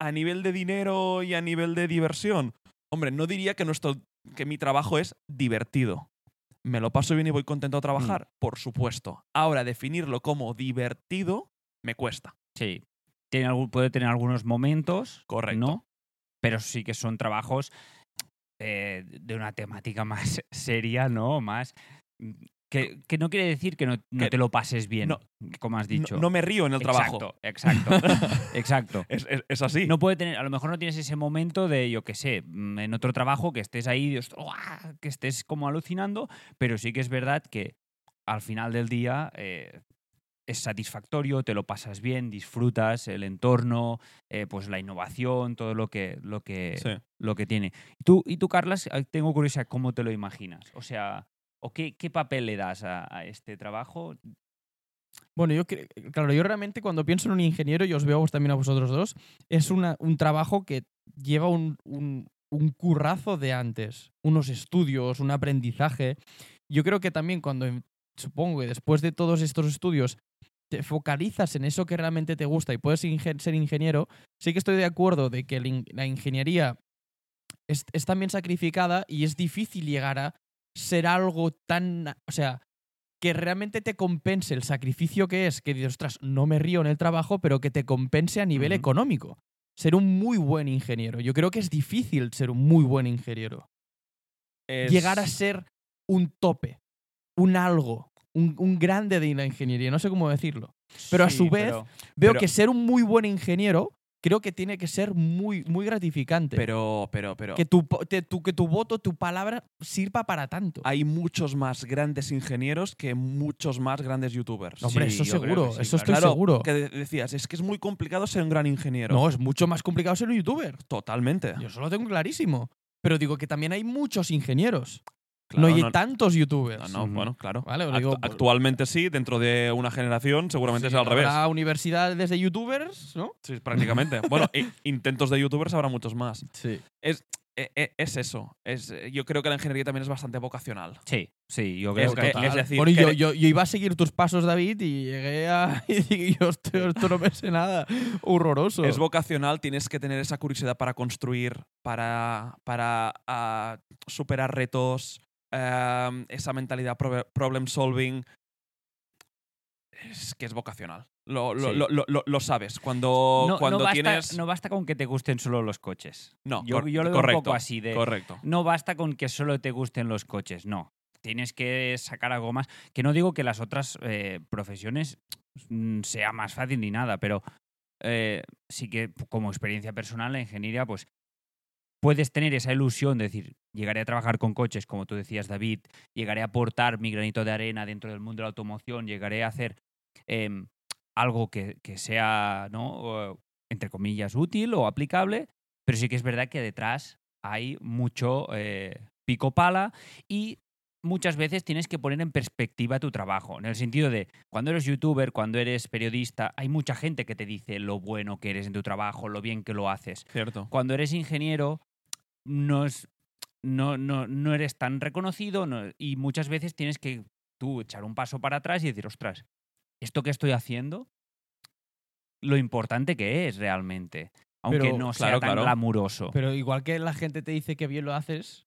a nivel de dinero y a nivel de diversión, hombre, no diría que, nuestro, que mi trabajo es divertido, ¿Me lo paso bien y voy contento a trabajar? Por supuesto. Ahora, definirlo como divertido me cuesta. Sí. Tiene algún, puede tener algunos momentos, Correcto. ¿no? Pero sí que son trabajos eh, de una temática [LAUGHS] más seria, ¿no? Más. mm, Que, que no quiere decir que no, no Que- te lo pases bien, no, como has No- dicho. No, me río en el trabajo. Exacto, [LAUGHS] exacto. exacto. Es, es- es así. No puede tener, a lo mejor no tienes ese momento de, yo qué sé, mm, en otro trabajo que estés ahí, ostras, ¡guau! que estés como alucinando, pero sí que es verdad que al final del día eh, es satisfactorio, te lo pasas bien, disfrutas el entorno, eh, pues la innovación, todo lo que, lo que, Sí. lo que tiene. Y tú, y tú Carlas, eh, tengo curiosidad, ¿cómo te lo imaginas? O sea, ¿o qué, qué papel le das a, a este trabajo? Bueno, yo cre- claro, yo realmente cuando pienso en un ingeniero, y os veo también a vosotros dos, es una- un trabajo que lleva un, un- un currazo de antes, unos estudios, un aprendizaje. Yo creo que también cuando, em- supongo que después de todos estos estudios, te focalizas en eso que realmente te gusta y puedes ingen- ser ingeniero, sí que estoy de acuerdo de que el in- la ingeniería es, es también sacrificada y es difícil llegar a ser algo tan... O sea, que realmente te compense el sacrificio que es, que dices, ostras, no me río en el trabajo, pero que te compense a nivel Ujú. económico. Ser un muy buen ingeniero. Yo creo que es difícil ser un muy buen ingeniero. Es- Llegar a ser un tope, un algo, un, un grande de la ingeniería, no sé cómo decirlo. pero a su vez, pero- Veo Pero- que ser un muy buen ingeniero creo que tiene que ser muy, muy gratificante. Pero, pero, pero. que, tu, po- te- tu- que tu voto, tu palabra sirva para tanto. Hay muchos más grandes ingenieros que muchos más grandes youtubers. No, hombre, sí, eso yo creo seguro, que sí, eso estoy Claro, seguro. Que de- decías, es que es muy complicado ser un gran ingeniero. No, es mucho más complicado ser un youtuber. Totalmente. Yo eso lo tengo clarísimo. Pero digo que también hay muchos ingenieros. Claro, no hay no- tantos no, youtubers. Ah, no, Ujú. bueno, claro. Vale, lo Actu- digo por- actualmente sí, dentro de una generación seguramente Sí, es al revés. Habrá universidades de youtubers, ¿no? Sí, [LAUGHS] prácticamente. bueno, i- intentos de youtubers habrá muchos más. Sí. E- e- es eso. Es, eh, yo creo que la ingeniería también es bastante vocacional. Sí, sí, yo creo Es que... que- es decir, bueno, que- yo, yo, yo iba a seguir tus pasos, David, y llegué a. [LAUGHS] y dije, yo, esto, esto no me sé nada. Horroroso. Es vocacional, tienes que tener esa curiosidad para construir, para, para ah, superar retos, ehm, esa mentalidad probe- problem solving. Es que es vocacional. Lo, lo- Sí. lo- lo- lo- lo sabes. Cuando, cuando basta, tienes. no basta con que te gusten solo los coches. No, yo, cor- yo lo veo correcto, un poco así de. Correcto. No basta con que solo te gusten los coches, no. Tienes que sacar algo más. Que no digo que las otras eh, profesiones mm, sea más fácil ni nada, pero eh, sí que como experiencia personal, la ingeniería, pues puedes tener esa ilusión de decir, llegaré a trabajar con coches, como tú decías, David, llegaré a aportar mi granito de arena dentro del mundo de la automoción, llegaré a hacer em, algo que, que sea, ¿no? Eh, entre comillas, útil o aplicable, pero sí que es verdad que detrás hay mucho eh, pico pala y muchas veces tienes que poner en perspectiva tu trabajo, en el sentido de cuando eres youtuber, cuando eres periodista, hay mucha gente que te dice lo bueno que eres en tu trabajo, lo bien que lo haces Cierto. cuando eres ingeniero no, es- no, no, no eres tan reconocido no- y muchas veces tienes que tú echar un paso para atrás y decir, ostras, esto que estoy haciendo, lo importante que es realmente, aunque Pero- no sea claro, tan claro. glamuroso. Pero igual que la gente te dice que bien lo haces,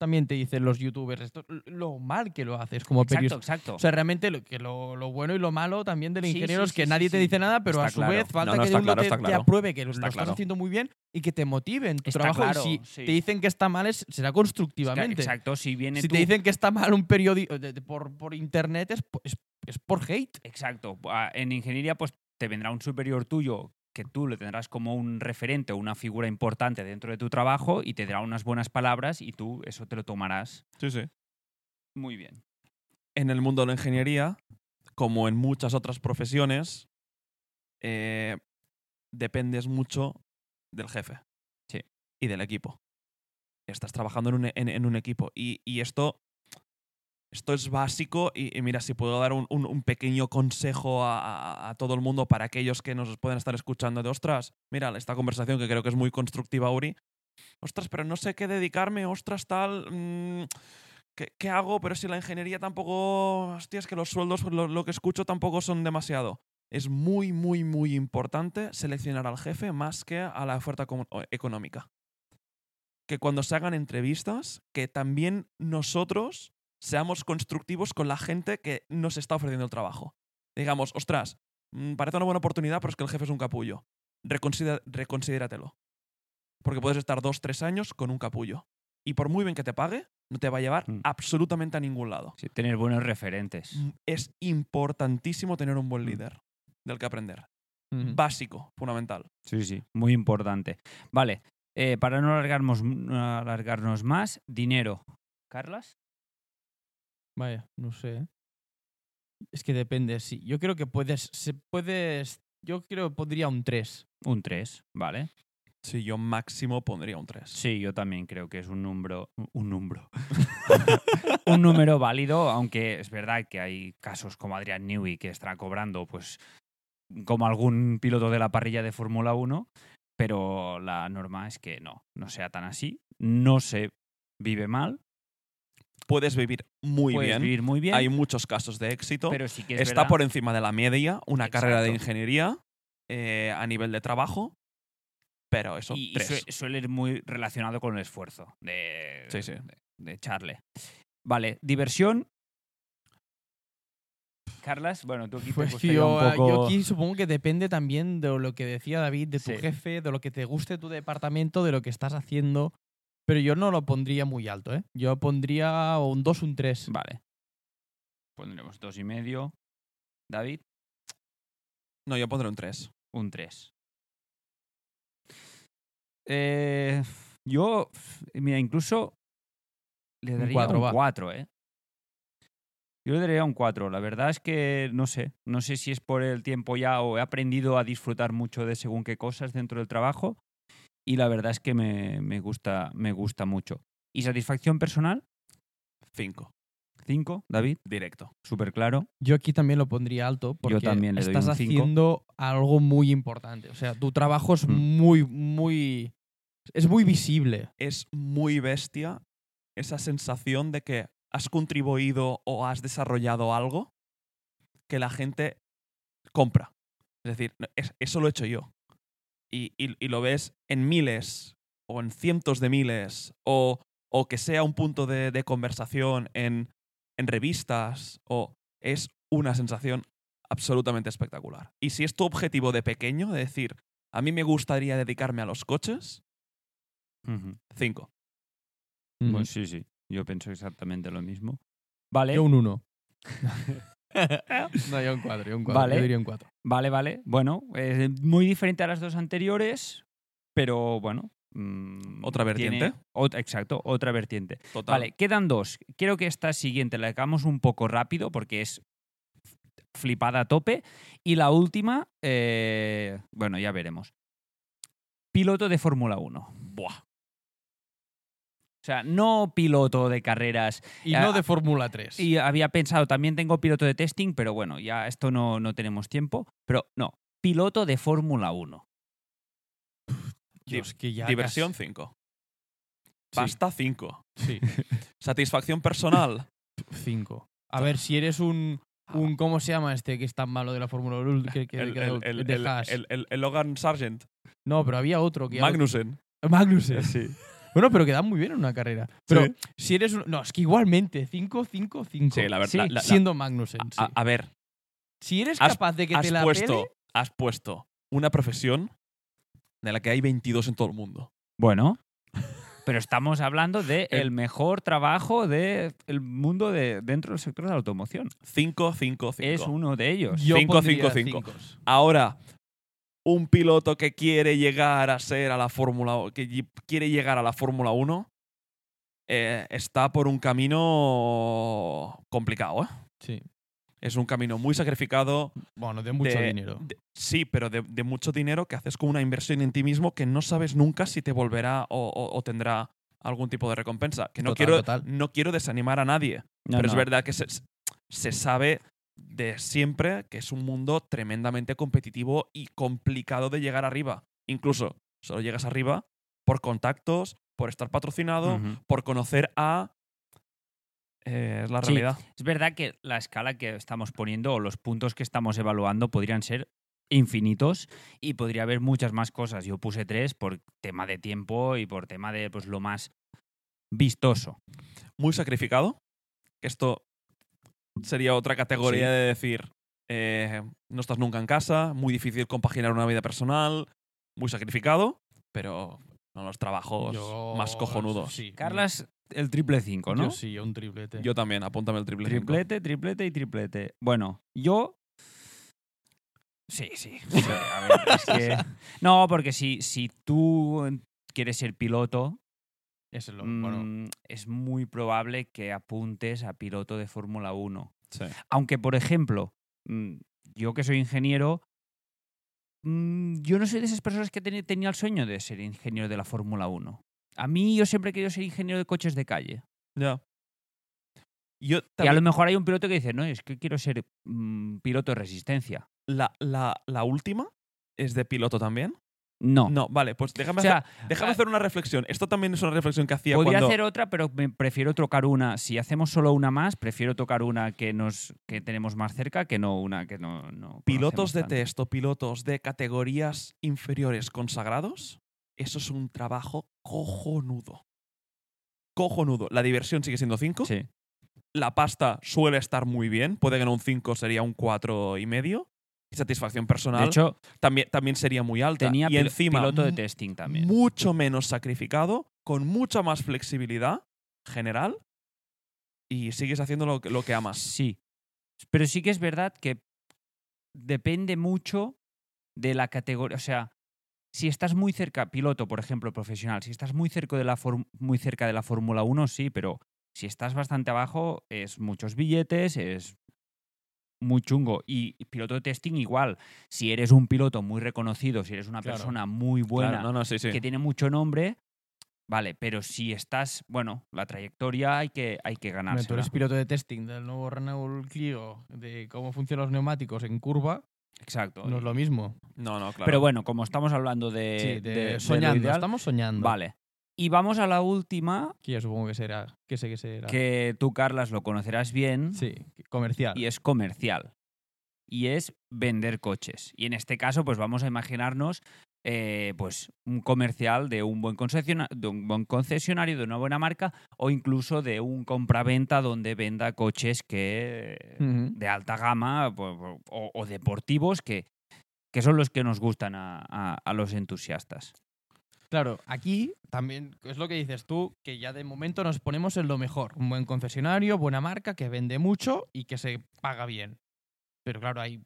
también te dicen los youtubers esto, lo mal que lo haces como periodista. exacto, exacto. O sea, realmente lo, que lo, lo bueno y lo malo también del Sí, ingeniero sí, es que sí, nadie sí, te sí. dice nada, pero a Está su claro. vez falta No, no, que está uno claro, te, está te claro. apruebe que lo Está estás claro. haciendo muy bien y que te motive en tu Está trabajo. claro, y si sí. te dicen que está mal, es- será constructivamente. exacto, si viene si tú- te dicen que está mal un periódico por, por internet, es, po- es, es por hate. Exacto. Ah, En ingeniería, pues te vendrá un superior tuyo que tú le tendrás como un referente o una figura importante dentro de tu trabajo y te dará unas buenas palabras y tú eso te lo tomarás Sí, sí. muy bien. en el mundo de la ingeniería, como en muchas otras profesiones, eh, dependes mucho del jefe Sí. y del equipo. Estás trabajando en un, e- en- en un equipo. Y, y esto, esto es básico. Y, y mira, si puedo dar un, un- un pequeño consejo a, a- a todo el mundo para aquellos que nos pueden estar escuchando de ostras, mira, esta conversación que creo que es muy constructiva, Uri. Ostras, pero no sé qué dedicarme, ostras, tal. mm, ¿qué, qué hago? Pero si la ingeniería tampoco. Hostia, es que los sueldos, pues, lo, lo que escucho tampoco son demasiado. Es muy, muy, muy importante seleccionar al jefe más que a la oferta comu- o- económica. Que cuando se hagan entrevistas, que también nosotros seamos constructivos con la gente que nos está ofreciendo el trabajo. Digamos, ostras, mm, parece una buena oportunidad, pero es que el jefe es un capullo. Reconsidera- reconsidératelo. Porque puedes estar dos, tres años con un capullo. Y por muy bien que te pague, no te va a llevar Mm. absolutamente a ningún lado. Sí, tener buenos referentes. Mm, Es importantísimo tener un buen Mm. líder del que aprender. Ujú. Básico, fundamental. Sí, sí, muy importante. Vale, eh, para no alargarnos, no alargarnos más, dinero. ¿Carlas? Vaya, no sé. ¿eh? Es que depende, sí. Yo creo que puedes. Se puedes yo creo que pondría un 3. Un 3, ¿vale? Sí, yo máximo pondría un 3. Sí, yo también creo que es un número. Un [LAUGHS] número. [LAUGHS] un número válido, aunque es verdad que hay casos como Adrian Newey que estará cobrando, pues, como algún piloto de la parrilla de Fórmula 1, pero la norma es que no, no sea tan así. No se vive mal, Puedes vivir muy puedes bien. vivir muy bien, Hay muchos casos de éxito. pero sí que es Está verdad- por encima de la media una carrera de Exacto. ingeniería eh, a nivel de trabajo, pero eso, y, y tres. sue- suele ir muy relacionado con el esfuerzo de, Sí, sí. de, de echarle. Vale, diversión. Carlas, bueno, tú aquí te Pues gustaría yo, un ah, yo poco... aquí supongo que depende también de lo que decía David, de tu Sí. jefe, de lo que te guste tu departamento, de lo que estás haciendo. Pero yo no lo pondría muy alto, ¿eh? Yo pondría un 2, un 3. Vale. Pondremos dos y medio. David, No, yo pondré un tres. un 3. Eh, yo, mira, incluso le daría cuatro, un va. 4, ¿eh? Yo le daría un 4. La verdad es que no sé. No sé si es por el tiempo ya o he aprendido a disfrutar mucho de según qué cosas dentro del trabajo. Y la verdad es que me, me gusta, me gusta mucho. ¿Y satisfacción personal? Cinco. 5, David, Directo. súper claro. Yo aquí también lo pondría alto porque también le doy estás un cinco. haciendo algo muy importante. O sea, tu trabajo es Mm. muy, muy. Es muy visible. Es muy bestia esa sensación de que has contribuido o has desarrollado algo que la gente compra. Es decir, no, es- eso lo he hecho yo. Y, y- y lo ves en miles o en cientos de miles o, o que sea un punto de, de conversación en, en revistas o es una sensación absolutamente espectacular. Y si es tu objetivo de pequeño, de decir, a mí me gustaría dedicarme a los coches, Ujú. cinco. Pues sí, sí. Yo pienso exactamente lo mismo. Vale. Yo un 1. [LAUGHS] no, yo un 4, yo un 4. Vale. Yo diría un 4. Vale, vale. Bueno, es muy diferente a las dos anteriores, pero bueno. mm, Otra tiene vertiente. ot- exacto, otra vertiente. Total. Vale, quedan dos. Quiero que esta siguiente la hagamos un poco rápido porque es flipada a tope. Y la última, eh, bueno, ya veremos. Piloto de Fórmula 1. Buah. O sea, no piloto de carreras Y Ah, no de Fórmula 3. Y había pensado, también tengo piloto de testing, pero bueno, ya esto no, no tenemos tiempo. Pero no, piloto de Fórmula 1. Dios, que ya Diversión casi- 5. Sí. Pasta 5. Sí, Satisfacción [LAUGHS] personal. 5. A ver, si eres un, un. ¿Cómo se llama este que es tan malo de la Fórmula 1? Que, que- Ah, el, que- el, el- de el- Haas. el- el- el Logan Sargent. no, pero había otro que. [LAUGHS] Magnussen. Eh, Magnus. Sí. Bueno, pero queda muy bien en una carrera. Pero si eres un. No, es que igualmente. 5, 5, 5. Sí, la verdad. Sí, la- la- Siendo Magnussen. a, sí. a ver, si eres has- capaz de que has te la puesto, pele, has puesto una profesión de la que hay 22 en todo el mundo. Bueno. Pero estamos hablando de El- [LAUGHS] el mejor trabajo del mundo de, dentro del sector de la automoción. 5, 5, 5. Es uno de ellos. yo cinco, cinco, pondría cinco. cincos. Ahora, un piloto que quiere llegar a ser a la Fórmula o- que lle- quiere llegar a la Fórmula 1 eh, está por un camino complicado, ¿eh? Sí. Es un camino muy sacrificado. Bueno, de mucho de- dinero. de- sí, pero de, de mucho dinero que haces con una inversión en ti mismo que no sabes nunca si te volverá o, o- o tendrá algún tipo de recompensa. Que no, Total, quiero, total. no quiero desanimar a nadie, No, pero es no. verdad que se, se sabe de siempre que es un mundo tremendamente competitivo y complicado de llegar arriba. Incluso solo llegas arriba por contactos, por estar patrocinado, Ujú. por conocer a... Eh, es la Sí. realidad. Es verdad que la escala que estamos poniendo o los puntos que estamos evaluando podrían ser infinitos y podría haber muchas más cosas. Yo puse tres por tema de tiempo y por tema de pues, lo más vistoso. Muy sacrificado, que esto sería otra categoría de decir, eh, no estás nunca en casa, muy difícil compaginar una vida personal, muy sacrificado, pero no los trabajos Yo- más cojonudos. Mm. Sí. Carlas, el triple 5, ¿no? Yo sí, un triplete. Yo también, apúntame el triple. cinco. Triplete, triplete y triplete. Bueno, yo. Sí, sí. sí, a ver, es que- [LAUGHS] No, porque si, si tú eh, quieres ser piloto, Es lo, mm, bueno, es muy probable que apuntes a piloto de Fórmula 1. Sí. Aunque, por ejemplo, mm, yo que soy ingeniero, mm, yo no soy de esas personas que ten- tenía el sueño de ser ingeniero de la Fórmula 1. A mí yo siempre he querido ser ingeniero de coches de calle. [LAUGHS] Ya. Yo Y a también- lo mejor hay un piloto que dice, no, es que quiero ser mm, piloto de resistencia. la, la- la última es de piloto también. No. No, vale, pues déjame, o sea, hacer, déjame ah, hacer una reflexión. Esto también es una reflexión que hacía podría cuando. hacer otra, pero me- prefiero tocar una. Si hacemos solo una más, prefiero tocar una que nos que tenemos más cerca que no una que no. no Pilotos conocemos de tanto. test o pilotos de categorías inferiores consagrados, eso es un trabajo cojonudo. Cojonudo. La diversión sigue siendo 5. Sí. La pasta suele estar muy bien. Puede que no un 5 sería un 4 y medio. Y satisfacción personal De hecho, también, también sería muy alta. tenía y pil- encima, piloto de mu- testing también. mucho menos sacrificado, con mucha más flexibilidad general y sigues haciendo lo que, lo que amas. Sí. Pero sí que es verdad que depende mucho de la categoría. O sea, si estás muy cerca, piloto, por ejemplo, profesional, si estás muy cerca de la, form- muy cerca de la Fórmula 1, sí, pero si estás bastante abajo, es muchos billetes, es muy chungo. Y piloto de testing igual. Si eres un piloto muy reconocido, si eres una Claro. persona muy buena, Claro, no, no, sí, sí. que tiene mucho nombre, vale, pero si estás, bueno, la trayectoria hay que, hay que Mira, tú ganársela. eres piloto de testing del nuevo Renault Clio, de cómo funcionan los neumáticos en curva, Exacto. no es lo mismo. No, no, claro. Pero bueno, como estamos hablando de, sí, de, eh, de- de lo soñando, ideal, estamos soñando. vale. Y vamos a la última, Que yo supongo que será, que sé que será. que tú, Carlas, lo conocerás bien, Sí, comercial. y es comercial. Y es vender coches. Y en este caso, pues vamos a imaginarnos eh, pues, un comercial de un, buen concesiona- de un buen concesionario, de una buena marca, o incluso de un compraventa donde venda coches que Ujú. de alta gama po- po- o, o deportivos que, que son los que nos gustan a, a- a los entusiastas. Claro, aquí también es lo que dices tú, que ya de momento nos ponemos en lo mejor. Un buen concesionario, buena marca, que vende mucho y que se paga bien. Pero claro, hay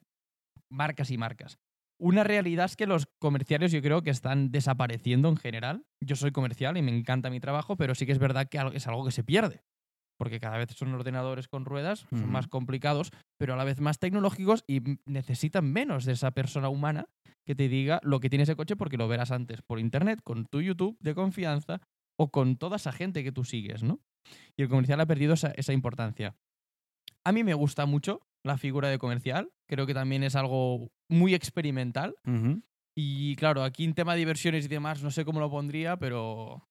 marcas y marcas. Una realidad es que los comerciales yo creo que están desapareciendo en general. Yo soy comercial y me encanta mi trabajo, pero sí que es verdad que al- es algo que se pierde. Porque cada vez son ordenadores con ruedas, son Ujú. más complicados, pero a la vez más tecnológicos y m- necesitan menos de esa persona humana que te diga lo que tiene ese coche porque lo verás antes por internet, con tu YouTube de confianza o con toda esa gente que tú sigues, ¿no? Y el comercial ha perdido esa, esa importancia. A mí me gusta mucho la figura de comercial, creo que también es algo muy experimental y claro, aquí en tema de diversiones y demás no sé cómo lo pondría, pero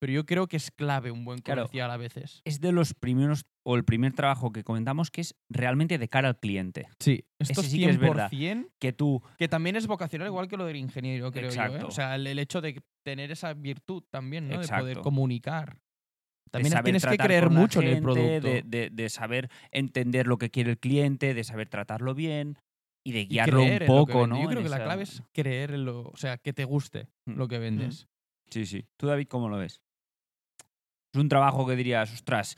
pero yo creo que es clave un buen Claro. comercial a veces. Es de los primeros o el primer trabajo que comentamos que es realmente de cara al cliente. Sí, Ese esto es sí que es verdad. 100% Que tú, Que también es vocacional, igual que lo del ingeniero, creo yo. ¿eh? Exacto. O sea, el, el hecho de tener esa virtud también, ¿no? De poder Exacto. comunicar. de También saber tienes que tratar creer con la mucho en el gente, producto. De, de- de saber entender lo que quiere el cliente, de saber tratarlo bien y de y guiarlo creer un en lo que poco, vende. ¿no? Yo creo En que la esa- clave es creer en lo. O sea, que te guste Mm. lo que vendes. Sí, sí. ¿Tú, David, cómo lo ves? Es un trabajo que dirías, ostras,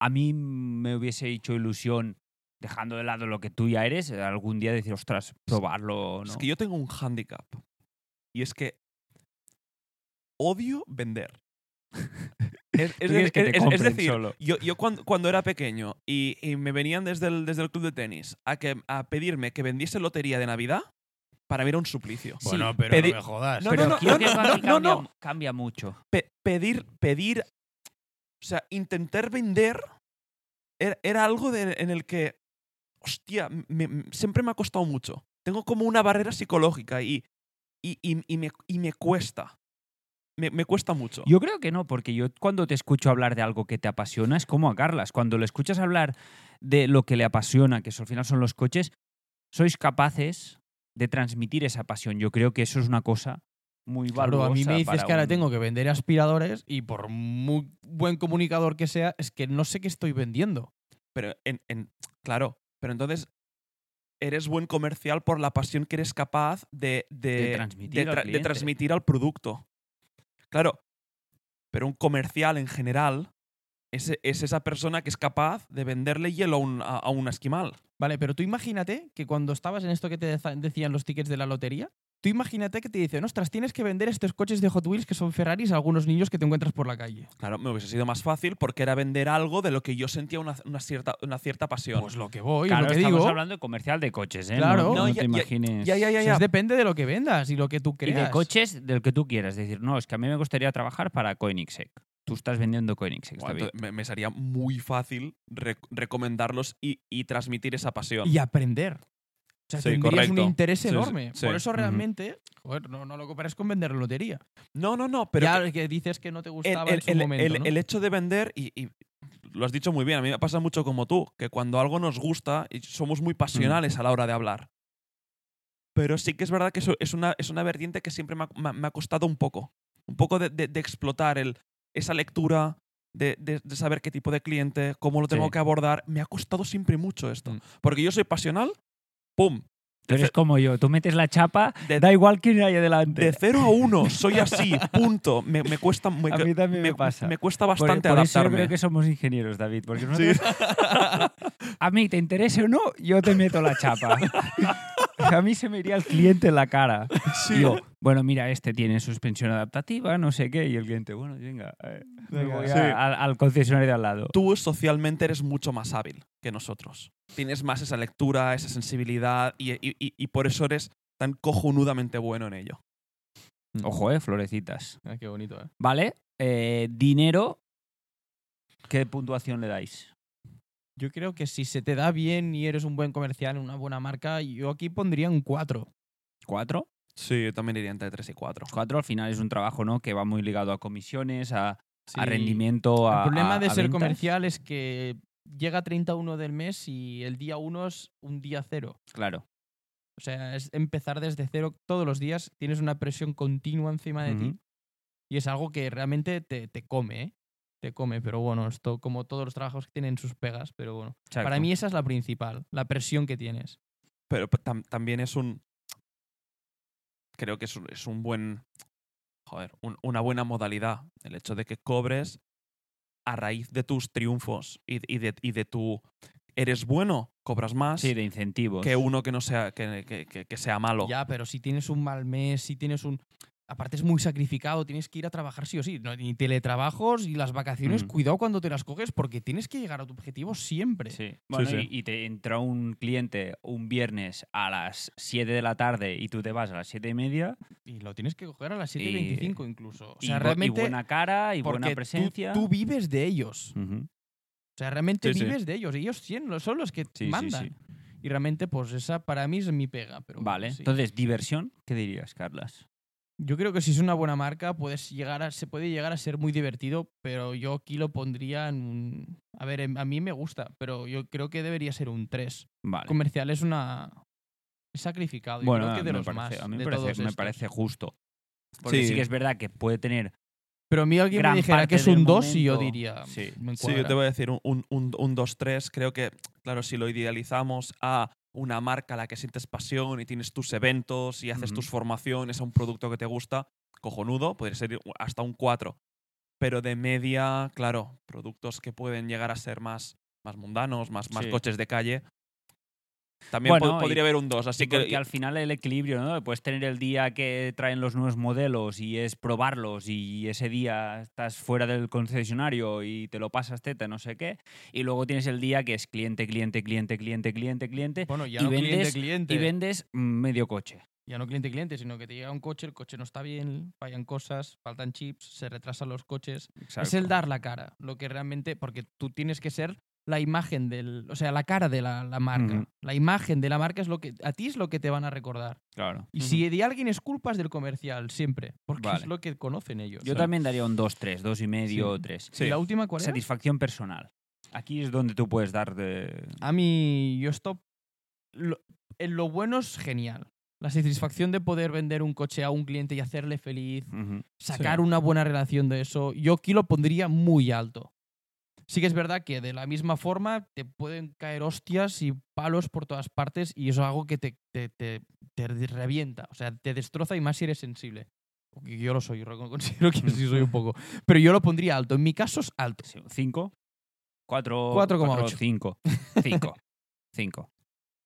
a mí me hubiese hecho ilusión, dejando de lado lo que tú ya eres, algún día decir, ostras, probarlo. ¿no? Es que yo tengo un handicap. Y es que odio vender. [LAUGHS] es, es Tú quieres de- que te es- es compren decir, solo. yo, yo cuan- cuando, era pequeño y, y me venían desde el, desde el club de tenis a, que, a pedirme que vendiese lotería de Navidad, para mí era un suplicio. Bueno, pero no Pedi- me jodas. No, pero no, creo no, que no, eso no, aquí no, cambia, no. cambia mucho. Pe- pedir, pedir, o sea, intentar vender era, era algo de- en el que, hostia, me- me- siempre me ha costado mucho. Tengo como una barrera psicológica y, y, y- y me, y me cuesta. Me, me cuesta mucho. Yo creo que no, porque yo cuando te escucho hablar de algo que te apasiona es como a Carlas. Cuando le escuchas hablar de lo que le apasiona, que eso al final son los coches, sois capaces de transmitir esa pasión. Yo creo que eso es una cosa muy Claro, valiosa. a mí me dices para que ahora un- tengo que vender aspiradores y por muy buen comunicador que sea, es que no sé qué estoy vendiendo. Pero, en, en- claro, pero entonces eres buen comercial por la pasión que eres capaz de, de, De transmitir de al tra- de cliente. transmitir al producto. Claro, pero un comercial en general es, es esa persona que es capaz de venderle hielo a un, a- a un esquimal. Vale, pero tú imagínate que cuando estabas en esto que te deza- decían los tickets de la lotería, tú imagínate que te dicen, ostras, tienes que vender estos coches de Hot Wheels que son Ferraris a algunos niños que te encuentras por la calle. Claro, me hubiese sido más fácil porque era vender algo de lo que yo sentía una, una cierta, una cierta pasión. Pues lo que voy, claro, lo que estamos digo. hablando de comercial de coches, ¿eh? No, Claro. No, no te ya- ya- imagines. ya, ya, O ya, sea, ya. es depende de lo que vendas y lo que tú Y creas. de coches del que tú quieras. Decir, no, es que a mí me gustaría trabajar para Koenigsegg. Tú estás vendiendo Koenigsegg. está Guau, bien. entonces me, me sería muy fácil re- recomendarlos y, y transmitir esa pasión. Y aprender. O sea, Sí, tendrías correcto. un interés Sí, sí, enorme. sí. Por eso Ujú. realmente, joder, no, no lo compares con vender lotería. No, no, no, pero ya que que, dices que no te el, gustaba en el- su el- momento, el- ¿no? el hecho de vender, y, y lo has dicho muy bien, a mí me pasa mucho como tú, que cuando algo nos gusta y somos Mm. muy pasionales a la hora de hablar. Pero sí que es verdad que eso es una, es una vertiente que siempre me ha, me ha- me ha costado un poco. Un poco de, de- de explotar el, esa lectura, de, de- de saber qué tipo de cliente, cómo lo tengo Sí. que abordar. Me ha costado siempre mucho esto. Mm. Porque yo soy pasional, ¡pum! Tú eres como yo. Tú metes la chapa, De- da igual quién hay delante. De 0 a [LAUGHS] 1, soy así, punto. Me, me cuesta me, a mí también me, me- pasa. me cuesta Por- bastante por, eso yo adaptarme. creo que somos ingenieros, David. Porque nosotros- [LAUGHS] a mí, te interese o no, yo te meto la chapa. [LAUGHS] a mí se me iría el cliente en la cara. [LAUGHS] Sí. Digo, bueno, mira, este tiene suspensión adaptativa, no sé qué. Y el cliente, bueno, venga, eh, me Venga. voy Sí. a- al, al concesionario de al lado. Tú socialmente eres mucho más hábil que nosotros. Tienes más esa lectura, esa sensibilidad y, y- y- y por eso eres tan cojonudamente bueno en ello. Ojo, eh, florecitas. Ah, qué bonito, ¿eh? ¿Vale? Eh, dinero. ¿Qué puntuación le dais? Yo creo que si se te da bien y eres un buen comercial, una buena marca, yo aquí pondría un 4. ¿Cuatro? Sí, yo también iría entre 3 y 4. Cuatro al final es un trabajo, ¿no? Que va muy ligado a comisiones, a, a rendimiento rendimiento, a. El problema a- de a ser ventas. comercial es que llega 31 del mes y el día 1 es un día cero. Claro. O sea, es empezar desde cero todos los días, tienes una presión continua encima de Ujú. ti y es algo que realmente te, te come, ¿eh? Te come, pero bueno, esto como todos los trabajos que tienen sus pegas, pero bueno. Para Exacto. mí esa es la principal, la presión que tienes. Pero p- tam- también es un... Creo que es un, es un buen... Joder, un- una buena modalidad. El hecho de que cobres a raíz de tus triunfos y, y de, y de tu... Eres bueno, cobras más Sí, de incentivos. que uno que no sea, que, que- que- que sea malo. Ya, pero si tienes un mal mes, si tienes un... Aparte es muy sacrificado, tienes que ir a trabajar sí o sí. No, ni teletrabajos y las vacaciones, Mm. cuidado cuando te las coges porque tienes que llegar a tu objetivo siempre. Sí. Bueno, sí. Y, y te entra un cliente un viernes a las 7 de la tarde y tú te vas a las 7 y media. Y lo tienes que coger a las Y- 7.25 incluso. O sea, y, bu- y realmente... buena cara y porque buena tú- presencia. Mm. Tú, vives de ellos. Ujú. O sea, realmente Sí, sí. vives de ellos. Ellos sien- lo- son los que Sí, sí, mandan. sí. Y realmente, pues esa para mí es mi pega. Pero bueno, Vale. sí. Entonces, diversión, ¿qué dirías, Carlas? Yo creo que si es una buena marca, puedes llegar a, se puede llegar a ser muy divertido, pero yo aquí lo pondría en un... A ver, em- a mí me gusta, pero yo creo que debería ser un 3. Vale. Comercial es una... Es sacrificado. Yo creo que de me los parece, más. a mí me de parece, todos me estos. parece justo. Porque sí. Sí. que es verdad que puede tener. Pero a mí alguien gran me dijera parte que es un del 2 y yo momento. diría... Sí. me Sí, yo te encuadra. voy a decir un, un, 2-3. Creo que, claro, si lo idealizamos a una marca a la que sientes pasión y tienes tus eventos y haces Ujú. tus formaciones a un producto que te gusta, cojonudo, podría ser hasta un 4. Pero de media, claro, productos que pueden llegar a ser más, más mundanos, más, más Sí. coches de calle. También po- Bueno, y- podría haber un 2, así Sí, que que al final el equilibrio, ¿no? Puedes tener el día que traen los nuevos modelos y es probarlos y ese día estás fuera del concesionario y te lo pasas teta, no sé qué. Y luego tienes el día que es cliente, cliente, cliente, cliente, cliente, cliente Bueno, ya y no vendes- cliente-cliente. y vendes mm, medio coche. ya no cliente cliente, sino que te llega un coche, el coche no está bien, fallan cosas, faltan chips, se retrasan los coches. Es el dar la cara, lo que realmente, porque tú tienes que ser la imagen del, o sea, la cara de la, la marca. Ujú. La imagen de la marca es lo que a ti es lo que te van a recordar. Claro. Y si de alguien es culpa es del comercial siempre, porque Vale. es lo que conocen ellos. Yo Sí. también daría un 2-3, 2,5, Sí. 3. ¿Y la última cuál era? Satisfacción personal. Aquí es donde tú puedes dar de... A mí yo esto lo, en lo bueno es genial. La satisfacción de poder vender un coche a un cliente y hacerle feliz, Ujú. sacar una buena relación de eso, yo aquí lo pondría muy alto. Sí que es verdad que de la misma forma te pueden caer hostias y palos por todas partes y eso es algo que te, te, te- te revienta, o sea, te destroza y más si eres sensible. O que Yo lo soy, reco- [LAUGHS] considero que sí soy un poco. Pero yo lo pondría alto. En mi caso es alto. 5. 4. 4,8. 5. 5. 5.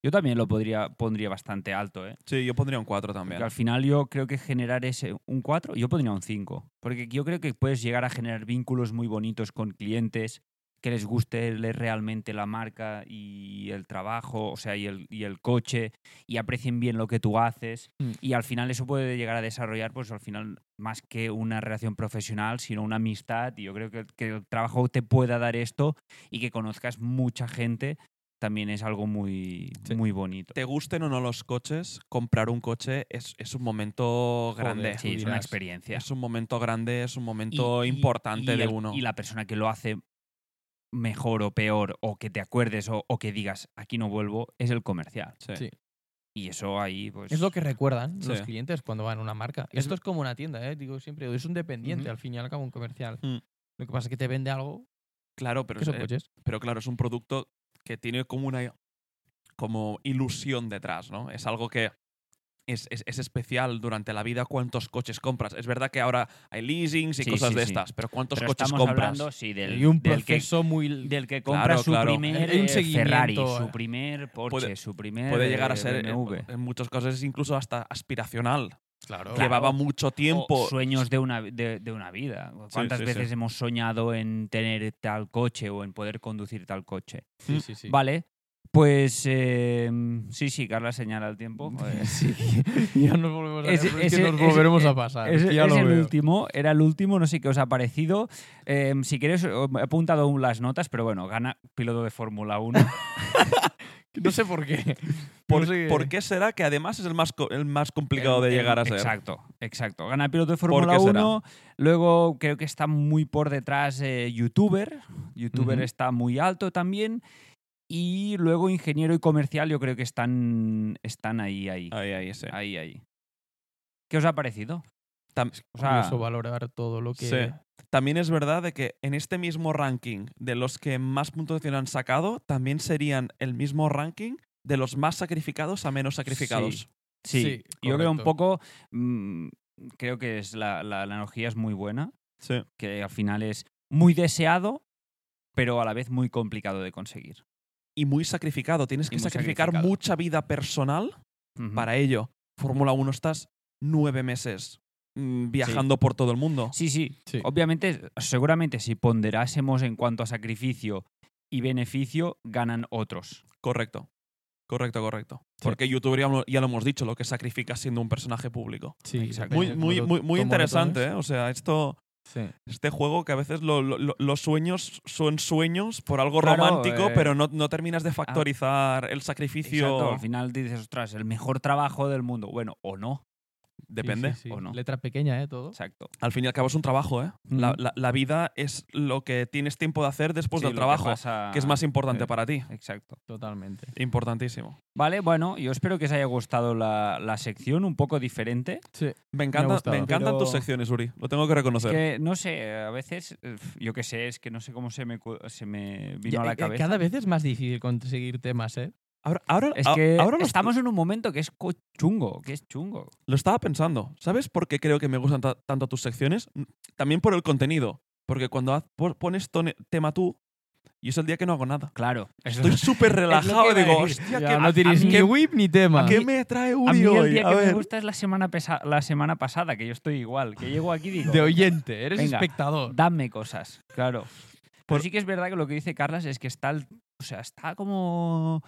Yo también lo podría, pondría bastante alto, ¿eh? Sí, yo pondría un 4 Porque también. al final yo creo que generar ese un 4, yo pondría un 5. Porque yo creo que puedes llegar a generar vínculos muy bonitos con clientes que les guste le- realmente la marca y el trabajo, o sea, y el, y el coche, y aprecien bien lo que tú haces. Mm. Y al final eso puede llegar a desarrollar, pues al final, más que una relación profesional, sino una amistad. Y yo creo que, que el trabajo te pueda dar esto y que conozcas mucha gente también es algo muy, Sí. muy bonito. Te gusten o no los coches, comprar un coche es, es un momento grande. Sí, es una dirás, experiencia. Es un momento grande, es un y- momento y- importante y de el- uno. Y la persona que lo hace mejor o peor, o que te acuerdes o, o que digas, aquí no vuelvo, es el comercial. Sí. Sí. Y eso ahí, pues... Es lo que recuerdan los Sí. clientes cuando van a una marca. Es- Esto es como una tienda, ¿eh? digo siempre, es un dependiente, Ujú. al fin y al cabo un comercial. Mm. Lo que pasa es que te vende algo Claro, pero, que son eh, coches. pero claro, es un producto que tiene como una como ilusión detrás, ¿no? Es algo que es, es- es especial durante la vida cuántos coches compras. Es verdad que ahora hay leasings y Sí, cosas sí, de sí. estas, pero ¿cuántos Pero coches estamos compras? hablando, sí, del, y un del que, proceso muy... del que compra Claro, su claro. primer Hay un eh, Ferrari, seguimiento, su eh. primer Porsche, Puede- su primer Puede llegar a eh, ser, eh, BMW. en muchas cosas, incluso hasta aspiracional. Claro. Llevaba mucho tiempo. O sueños de una, de, de una vida. ¿Cuántas sí, sí. veces hemos soñado en tener tal coche o en poder conducir tal coche? Sí, sí, [LAUGHS] sí. Vale. Pues eh, sí, sí, Carla señala el tiempo. Joder. Sí, ya nos volvemos a Ese- pero es que ese- nos volveremos ese- a pasar. Es, es que ya es lo el veo. último, era el último, no sé qué os ha parecido. Eh, si queréis, os- he apuntado aún las notas, pero bueno, gana piloto de Fórmula 1. No sé por [LAUGHS] qué. ¿Por, No sé- por qué será que además es el más, co- el más [LAUGHS] complicado de El- el- llegar a ser? Exacto, exacto. Gana piloto de qué Fórmula será? 1. Luego creo que está muy por detrás eh, youtuber. Youtuber Ujú. está muy alto también. Y luego ingeniero y comercial, yo creo que están, están ahí, ahí. Ahí, ahí, Ah, sí. Ahí, ahí. ¿Qué os ha parecido? Tam- O sea, Curioso valorar todo lo que... Sí. También es verdad de que en este mismo ranking de los que más puntuación han sacado, también serían el mismo ranking de los más sacrificados a menos sacrificados. Sí. Sí, Sí, yo creo un correcto. poco. mm, creo que es la, la- la analogía es muy buena, que al final es muy deseado, pero a la vez muy complicado de conseguir. Y muy sacrificado. Tienes que muy sacrificar sacrificado. mucha vida personal Ujú. para ello. Fórmula 1 estás nueve meses mm, viajando por todo el mundo. Sí, sí. Sí. Obviamente, seguramente si ponderásemos en cuanto a sacrificio y beneficio, ganan otros. Correcto. Correcto, correcto. Porque YouTube ya, lo- ya lo hemos dicho, lo que sacrifica siendo un personaje público. Sí, Exacto. Muy, Peña, muy, como muy, lo muy tomo interesante, entonces. ¿eh? O sea, esto, ¿eh? Sí. este juego que a veces lo- lo- lo- los sueños son sueños por algo Claro, romántico, eh, pero no, no terminas de factorizar el sacrificio. Exacto, Al final dices, ostras, el mejor trabajo del mundo. Bueno, o no. Depende. Sí, sí, sí. ¿o no? Letra pequeña, ¿eh? Todo. Exacto. Al fin y al cabo es un trabajo, ¿eh? La, Ujú. la- la vida es lo que tienes tiempo de hacer después Sí, del lo que trabajo, Pues que, pasa- es más importante eh. para ti. Exacto. Totalmente. Importantísimo. Vale, bueno, yo espero que os haya gustado la, la sección, un poco diferente. Sí. Me, ha encanta, gustado. me encantan Pero- tus secciones, Uri. Lo tengo que Es reconocer. que no sé, a veces, eh, yo qué sé, es que no sé cómo se me, cu- se me vino Ya, a eh, la eh, cabeza. Cada vez es más difícil conseguir temas, ¿eh? Ahora, ahora, Es a- que ahora lo- estamos en un momento que es co- chungo, que es chungo. Lo estaba pensando. ¿Sabes por qué creo que me gustan ta- tanto tus secciones? Mm, También por el contenido. Porque cuando haz- po- pones tone- tema tú, y es el día que no hago nada. Claro. eso- Estoy [LAUGHS] súper relajado y iba a digo, decir. hostia, Ya ¿qué, no a, tienes mí- Ah, ni whip ni tema. a qué me trae a mí Uri el hoy? día A que me ver. gusta es la semana, pesa- la semana pasada, que yo estoy igual, que llego aquí y digo, [LAUGHS] De oyente, eres Venga. espectador. dame cosas, claro. Pero Por- sí que es verdad que lo que dice Carlas es que está, el- o sea, está como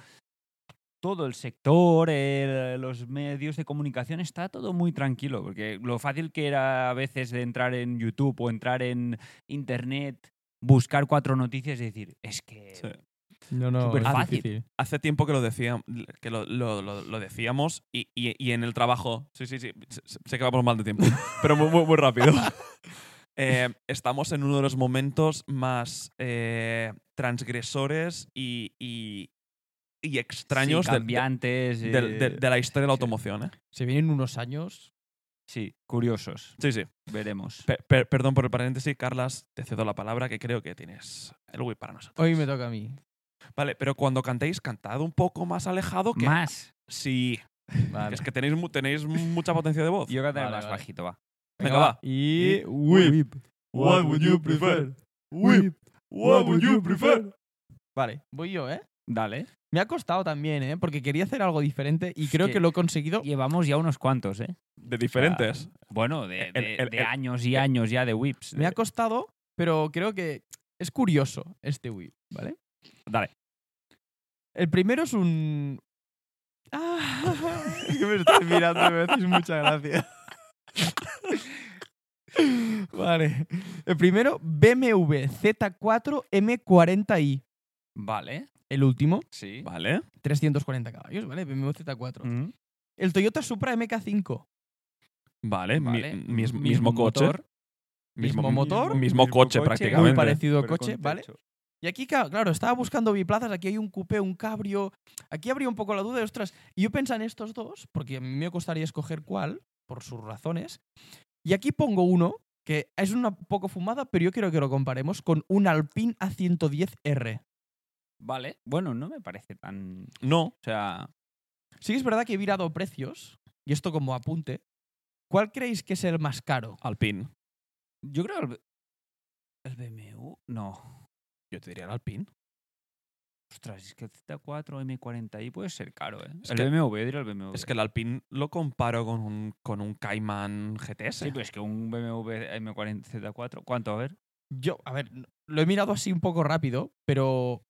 todo el sector, el- los medios de comunicación, está todo muy tranquilo, porque lo fácil que era a veces de entrar en YouTube o entrar en Internet, buscar cuatro noticias y decir, es que... Sí. No, no, Súper es fácil. difícil. Hace tiempo que lo, decía, que lo, lo- lo- lo decíamos y, y- y en el trabajo. Sí, sí, sí. se- se- Sé que vamos mal de tiempo, pero muy, muy, muy rápido. [LAUGHS] Eh, estamos en uno de los momentos más eh, transgresores y, y- y sí, extraños del- cambiantes, del- de, eh, de la historia de la automoción. ¿eh? Se vienen unos años Sí, curiosos. Sí, sí. Veremos. Per- per- perdón por el paréntesis, Carlas, te cedo la palabra que creo que tienes el whip para nosotros. Hoy me toca a mí. Vale, pero cuando cantéis, cantad un poco más alejado que. Más. Sí. Vale. Es que tenéis, mu- tenéis mucha potencia de voz. Yo voy a tener Vale, más vale. bajito, va. Venga, va. Y. Y- Whip. What would you prefer? What would you prefer? Vale, voy yo, ¿eh? Dale. Me ha costado también, ¿eh? Porque quería hacer algo diferente y creo que- que, lo he conseguido. Llevamos ya unos cuantos, ¿eh? De diferentes. Ah, Bueno, de, El- de- el- de el- años y años ya de whips. Me ha costado, pero creo que es curioso este whip, ¿vale? Dale. El primero es un. ¡Ah! que me estás mirando y me haces mucha gracia. [LAUGHS] vale. El primero, BMW Z4 M40i. Vale. El último, Sí. Vale. 340 caballos, ¿vale? BMW Z4. Mm. El Toyota Supra MK5. Vale. mi- Vale. mis- mismo coche. motor, mismo motor, Mismo coche, prácticamente. Muy parecido pero coche, con ¿vale? techo. Y aquí, ca- claro, estaba buscando biplazas, aquí hay un coupé, un cabrio. Aquí habría un poco la duda de, ostras, y yo pensé en estos dos, porque a mí me costaría escoger cuál, por sus razones. Y aquí pongo uno, que es una poco fumada, pero yo quiero que lo comparemos con un Alpine A110R. Vale. Bueno, no me parece tan. No. O sea. Sí que es verdad que he mirado precios, y esto como apunte. ¿Cuál creéis que es el más caro? Alpine. Yo creo el, el BMW. No. Yo te diría el Alpine. Ostras, es que el Z4 M40i puede ser caro, ¿eh? Es el que- BMW, diría el BMW. Es que el Alpine lo comparo con un, con un Cayman GTS. Sí, pero es que un BMW M40 Z4, ¿cuánto? A ver. Yo, a ver, lo he mirado así un poco rápido, pero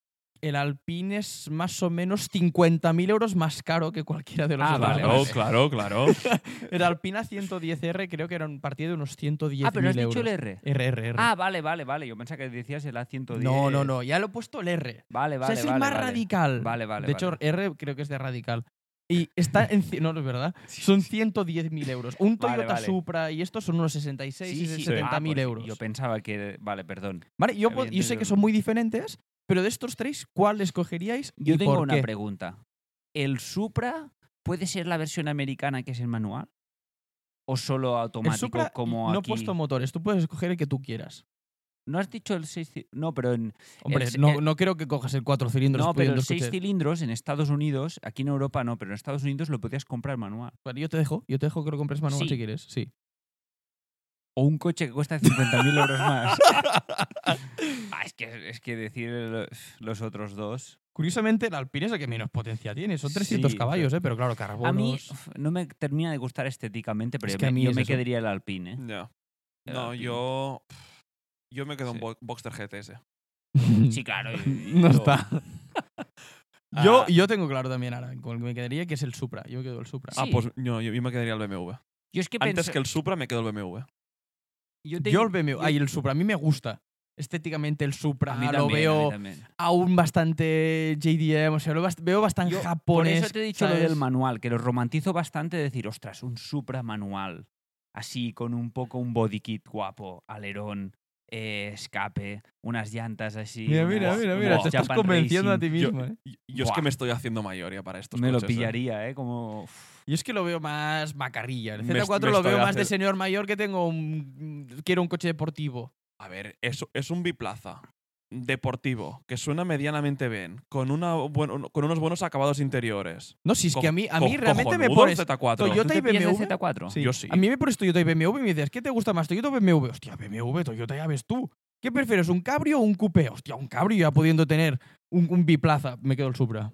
el Alpine es más o menos 50.000 euros más caro que cualquiera de los Ah, otros. vale, claro, claro, vale. [LAUGHS] claro. El Alpina 110R creo que era un partido de unos 110 ah, pero no has euros. dicho el R. RRR. Ah, vale, vale, vale. Yo pensaba que decías el A110. no, no, no, ya lo he puesto el R. Vale, O sea, vale. es el vale, más vale. radical. Vale, vale. de hecho, vale. R creo que es de radical. Y está en... ci- No, no es verdad. Son 110.000 euros. Un Vale, Toyota vale. Supra y estos son unos 66 y sí. 70.000 Ah, pues euros. Yo pensaba que. Vale, perdón. Vale, yo, pod- yo sé Evidentemente. que son muy diferentes, pero de estos tres, ¿cuál escogeríais y Yo tengo por una qué? pregunta. ¿El Supra puede ser la versión americana que es el manual? ¿O solo El automático Supra como no he aquí? puesto motores, tú puedes escoger el que tú quieras. No has dicho el 6 No, pero en, Hombre, El- no, el- no creo que cojas el cuatro cilindros. no, pero pudiendo el 6 escuchar. cilindros en Estados Unidos, aquí en Europa no, pero en Estados Unidos lo podías comprar manual. Vale, yo te dejo, yo te dejo que lo compres manual Sí. si quieres, sí. O un coche que cuesta 50.000 euros [LAUGHS] más. Ah, es, que, es que decir el- los otros dos. Curiosamente, el Alpine es el que menos potencia tiene. Son 300 Sí, caballos, ¿eh? Pero claro, carbonos... A mí uf, no me termina de gustar estéticamente, pero Es yo que a me- mí yo es me eso. quedaría el Alpine. ¿eh? Ya. El No, Alpine. yo. Yo me quedo en Sí. Bo- Boxster GTS. [LAUGHS] Sí, claro. y- y no yo- está. [LAUGHS] Yo, Ah. yo tengo claro también ahora con el que me quedaría, que es el Supra. Yo me quedo el Supra. Sí. Ah, pues no, yo, yo me quedaría el BMW. Yo es que Antes pensé- que el Supra me quedo el BMW. yo yo, tengo- el BMW... Ay, el Supra, a mí me gusta. Estéticamente el Supra, A mí ah, lo también, a mí veo también. aún bastante JDM, o sea, lo bast- veo bastante Yo, Por japonés. eso te he dicho lo ¿sabes? del manual, que lo romantizo bastante, decir, ostras, un Supra manual, así con un poco un body kit guapo, alerón, eh, escape, unas llantas así. Mira, mira, unas- mira, un mira, te Japan estás convenciendo a Racing. ti mismo, ¿eh? Yo, yo es que Buah. me estoy haciendo mayor ya para estos Me lo coches, ¿eh? pillaría, ¿eh? Como... uf, Yo es que lo veo más macarrilla. El Me Z4 est- me lo estoy veo más de hacer- señor mayor que tengo un... Quiero un coche deportivo. A ver, es, es un biplaza deportivo que suena medianamente bien, con, una buen- con unos buenos acabados interiores. No, si es Co- que a mí, a mí co- realmente me cojonudo este pones... el Z4. Toyota- ¿tú te y pillas el BMW? Z4? Sí. Yo sí. A mí me pones Toyota y BMW y me dices, ¿qué te gusta más, Toyota o BMW? Hostia, BMW, Toyota ya ves tú. ¿Qué prefieres, un cabrio o un coupé? Hostia, un cabrio ya pudiendo tener un, un biplaza. Me quedo el Supra.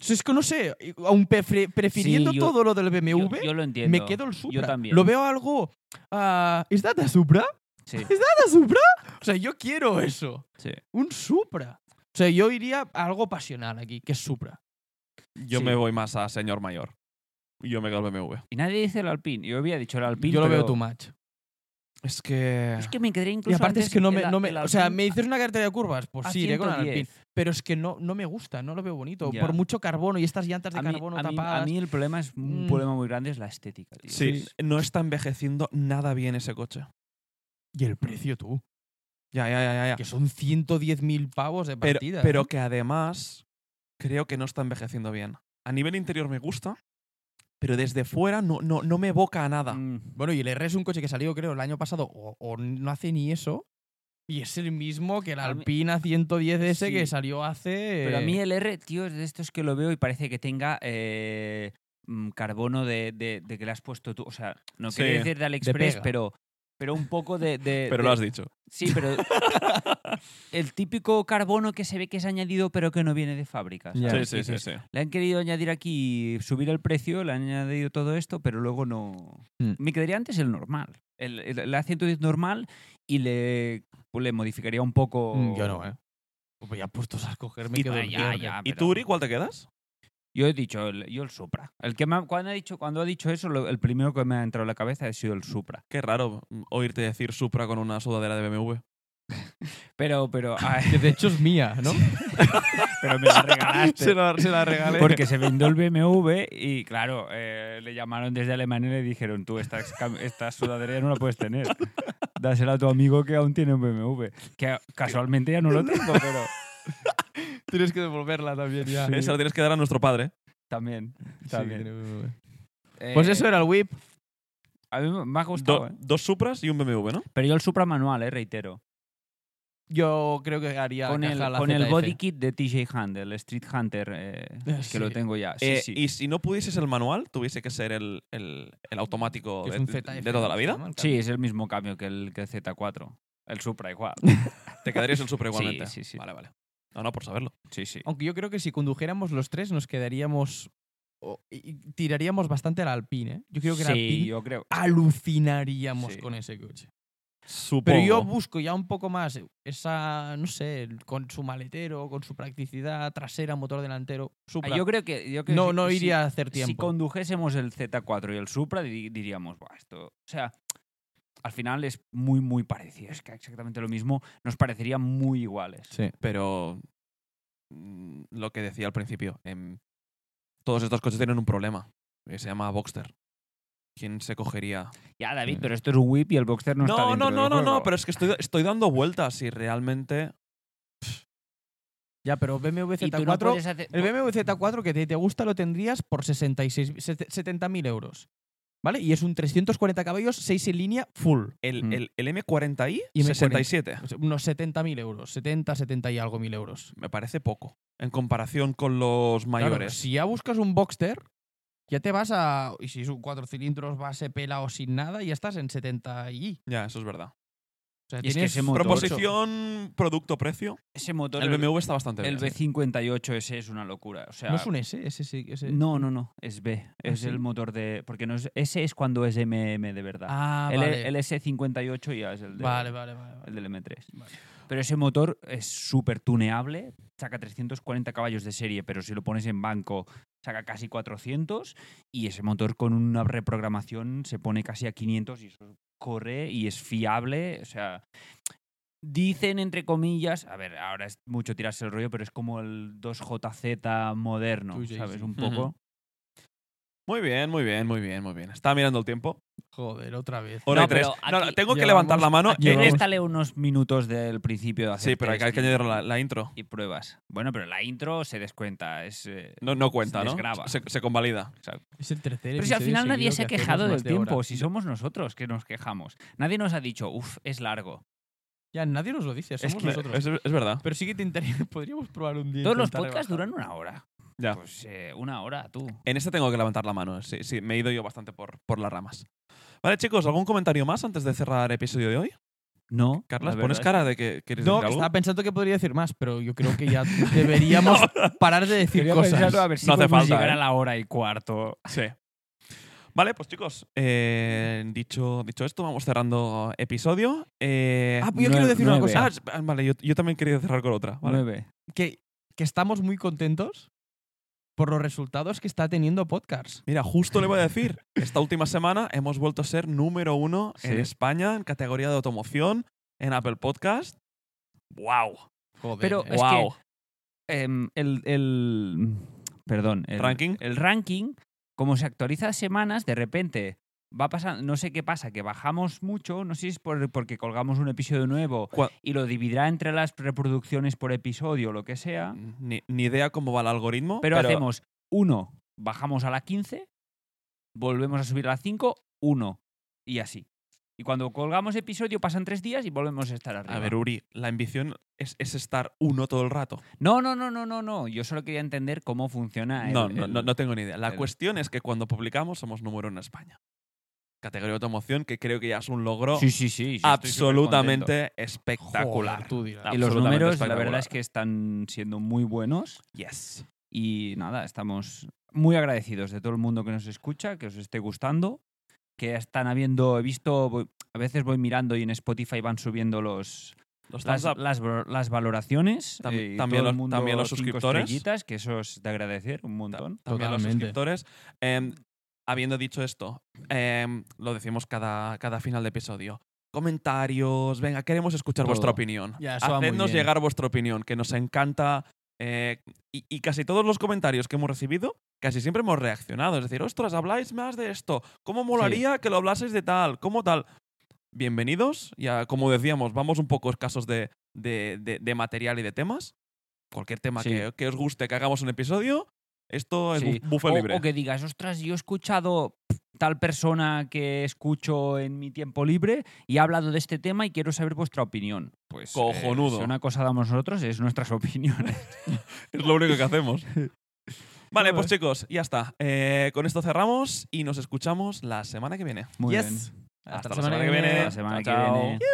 Si es que no sé, aún prefiriendo prefiriendo yo- todo lo del Yo, BMW, yo lo entiendo. me quedo el Supra. Yo también. Lo veo algo... ah, ¿Es data Supra? Sí. ¿Una Supra? O sea, yo quiero eso. Sí. Un Supra. O sea, yo iría a algo pasional aquí, que es Supra. Yo Sí. me voy más a señor mayor. Yo me quedo el BMW. Y nadie dice el Alpine. Yo había dicho el Alpine, yo lo veo pero tu match. Es que. Es que me quedaría incluso Y aparte es antes que no el me... a- no me- el o sea, Alpine me dices una carretera de curvas, pues a sí, iré con el 110. Alpine. Pero es que no, no me gusta, no lo veo bonito. Ya. Por mucho carbono y estas llantas de A mí, carbono a mí- a tapadas... mí el problema es un Mm. problema muy grande es la estética. tío. Sí, Es- no está envejeciendo nada bien ese coche. Y el precio, tú. Ya, ya, ya, ya, ya. Que son 110.000 pavos de Pero, partida. pero ¿eh? que además creo que no está envejeciendo bien. A nivel interior me gusta, pero desde fuera no, no, no me evoca a nada. Mm. Bueno, y el R es un coche que salió, creo, el año pasado, o, o no hace ni eso. Y es el mismo que el A mí- Alpina 110S que Sí. salió hace. Pero a mí el R, tío, es de estos que lo veo y parece que tenga eh, mm, carbono de, de- de que le has puesto tú. O sea, no Sí, quiero decir de AliExpress, pega. pero, pero un poco de. de- [LAUGHS] Pero Eh, de- lo has dicho. Sí, pero. el típico carbono que se ve que es añadido, pero que no viene de fábrica. Ya. ¿sabes? sí, Que sí, sí, dices, sí. Le han querido añadir aquí, subir el precio, le han añadido todo esto, pero luego no. Mm. Me quedaría antes el normal. El, el A110 normal y le, pues, le modificaría un poco. Mm, Yo no, ¿eh? Oh, Pues ya puestos a escoger, me Y- quedo Ah, el ya, R. ya, ¿Y pero- tú, Uri, cuál te quedas? Yo he dicho, el, yo el Supra. El que me ha- cuando, ha dicho, cuando ha dicho eso, lo- el primero que me ha entrado en la cabeza ha sido el Supra. Qué raro mm, oírte decir Supra con una sudadera de BMW. Pero, pero, ah, [LAUGHS] Que de hecho es mía, ¿no? este. pero me la regalaste. [LAUGHS] la, la regalé. Porque se vendió el BMW y, claro, eh, le llamaron desde Alemania y le dijeron, tú, esta, cam- esta sudadera no la puedes tener. Dásela a tu amigo que aún tiene un BMW. Que casualmente ya no lo tengo, pero Tienes que devolverla también ya. Sí. Esa la Eh, tienes que dar a nuestro padre. también. Sí, también. tiene BMW. Pues Eh, eso era el whip. A mí me ha Do- gustado, ¿eh? Dos Supras y un BMW, ¿no? Pero yo el Supra manual, eh, reitero. Yo creo que haría con el, caja a la con el ZF. body kit de TJ Hunter, el Street Hunter, eh, [LAUGHS] que sí. lo tengo ya. Sí, Eh, sí. Y si no pudieses el manual, tuviese que ser el, el- el automático Que es de, un de- ZF, de toda la ¿no? vida, Normal, Sí, es el mismo cambio que el que el Z4. El Supra [LAUGHS] igual. te quedarías el Supra igualmente. [LAUGHS] sí, sí. Vale, vale. No, no, por saberlo. Sí, sí. Aunque yo creo que si condujéramos los tres nos quedaríamos o- y- y tiraríamos bastante al Alpine. ¿eh? Yo creo que el sí, Alpine yo creo. alucinaríamos Sí. con ese coche. Supongo. Pero yo busco ya un poco más esa, no sé, el- con su maletero, con su practicidad trasera, motor delantero, Supra. Ah, Yo creo que. yo creo no, que no si- iría a hacer Si tiempo. condujésemos el Z4 y el Supra, di- diríamos, "Buah, esto. O sea, al final es muy, muy parecido. Es que exactamente lo mismo. Nos parecerían muy iguales. Sí. Pero mm, lo que decía al principio, em, todos estos coches tienen un problema. que se llama Boxster. ¿Quién se cogería? Ya, David, pero esto es un whip y el Boxster no, está No, dentro no, del no, no, no, juego. pero es que estoy, estoy dando vueltas y realmente. Ya, pero BMW Y tú no Z4, puedes hacer- el BMW Z4 que te, te gusta lo tendrías por 66 sete- 70.000 euros. ¿Vale? Y es un 340 caballos, 6 en línea, full. El, Mm. el, el M40i, Y M40. 67. O sea, Unos 70.000 euros, 70, 70 y algo mil euros. Me parece poco. En comparación con los Claro, mayores. si ya buscas un Boxster, ya te vas a. Y si es un cuatro cilindros, base pela o sin nada, ya estás en 70 y. Ya, eso es verdad. O sea, Y es que tienes ese motor- Proposición, producto, precio. Ese motor. El BMW está bastante El bien. ¿eh? B58S es una locura. O sea, No es un S, ese sí. Ese... No, no, no, es B. Es sí? el motor de. Porque no es, ese es cuando es MM de verdad. Ah, el, vale. el S58 ya es el, de, vale. Vale, vale, el vale. del M3. Vale. Pero ese motor es súper tuneable, saca 340 caballos de serie, pero si lo pones en banco saca casi 400 y ese motor con una reprogramación se pone casi a 500 y eso corre y es fiable, o sea, dicen entre comillas, a ver, ahora es mucho tirarse el rollo, pero es como el 2JZ moderno, Tú, Jay-Z. ¿sabes? Un Ujú. poco. Muy bien, muy bien, muy bien, muy bien. Estaba mirando el tiempo. Joder, otra vez. Hora No, y tres. pero No, no, aquí tengo que llevamos- levantar la mano. aquí Eh, llevamos- eh, Réstale unos minutos del principio de hacer Sí, pero hay que, hay test que y- añadir la, la intro. Y pruebas. Bueno, pero la intro se descuenta. Es, eh, No, no cuenta, Se ¿no? desgrava. Se, se convalida. Es el tercer Pero si al episodio final nadie seguido se ha que hacemos quejado más del de tiempo, hora. si somos nosotros que nos quejamos. Nadie nos ha dicho, uff, es largo. Ya nadie nos lo dice, Pues somos que- nosotros. es, es verdad. Pero sí que te interesa. [LAUGHS] Podríamos probar un día. Todos los intentar podcasts rebajar. duran una hora. Ya. Pues eh, una hora, tú. En este tengo que levantar la mano. Sí, sí, me he ido yo bastante por, por las ramas. Vale, chicos, ¿algún comentario más antes de cerrar el episodio de hoy? No. Carlas, pones cara de que quieres No, decir que algo? estaba pensando que podría decir más, pero yo creo que ya deberíamos parar de decir cosas. a ver si No hace podemos falta, llegar ¿eh? a la hora y cuarto. Sí. Vale, pues chicos, eh, dicho, dicho esto, vamos cerrando episodio. Eh, Ah, yo Nueve- quiero decir una nueve. cosa. ah, es- ah, vale, yo, yo también quería cerrar con otra. Vale. Nueve. que, que estamos muy contentos por los resultados que está teniendo Podcasts. Mira, justo le voy a decir, esta última semana hemos vuelto a ser número uno en Sí. España en categoría de automoción en Apple Podcast. ¡Wow! Joder. Pero eh. es ¡Wow! Em, el, el- Perdón. El Ranking. El ranking, como se actualiza semanas, de repente va pasando. No sé qué pasa, que bajamos mucho. No sé si es por- porque colgamos un episodio nuevo Cua- y lo dividirá entre las reproducciones por episodio o lo que sea. Ni, ni idea cómo va el algoritmo. Pero, hacemos uno, bajamos a la 15, volvemos a subir a las 5, 1 y así. Y cuando colgamos episodio pasan tres días y volvemos a estar arriba. A ver, Uri, la ambición es, es estar uno todo el rato. No, no, no, no, no, no. Yo solo quería entender cómo funciona. Ah, el- no, no, el- no, no tengo ni idea. La el- cuestión es que cuando publicamos somos número uno en España. Categoría de automoción que creo que ya es un logro Sí, sí, sí. yo estoy supercontento. absolutamente espectacular. Joder, tú dirás. Ah, Y los absolutamente números, la espectacular. verdad es que están siendo muy buenos. Yes. Y nada, estamos muy agradecidos de todo el mundo que nos escucha, que os esté gustando, que están habiendo, he visto, voy- a veces voy mirando y en Spotify van subiendo los, Los las, thumbs up. las bro- las valoraciones. Tam- eh, y también todo los- el mundo también los cinco suscriptores. estrellitas, que eso es de agradecer un montón. también los Totalmente. suscriptores. Em, habiendo dicho esto, em, lo decimos cada, cada final de episodio. Comentarios, venga, queremos escuchar Todo. vuestra opinión. Ya, eso va muy Hacednos bien. llegar vuestra opinión, que nos encanta. eh, y, y casi todos los comentarios que hemos recibido, casi siempre hemos reaccionado. Es decir, ostras, habláis más de esto. ¿Cómo molaría que lo hablaseis de tal? ¿Cómo tal? Bienvenidos. Ya, como decíamos, vamos un poco escasos de, de- de- de material y de temas. Cualquier tema Sí. que, que os guste, que hagamos un episodio, esto es Sí. Oh, bu- buffet o, libre. o que digas, ostras, yo he escuchado pf, tal persona que escucho en mi tiempo libre y ha hablado de este tema y quiero saber vuestra opinión. Pues eh, Cojonudo. si una cosa damos nosotros es nuestras [LAUGHS] opiniones. [LAUGHS] Es lo único que hacemos. Vale, Joder. pues chicos, ya está. Eh, con esto cerramos y nos escuchamos la semana que viene. Muy Yes. bien. Hasta, la semana que viene. La semana Chao, que chao. viene.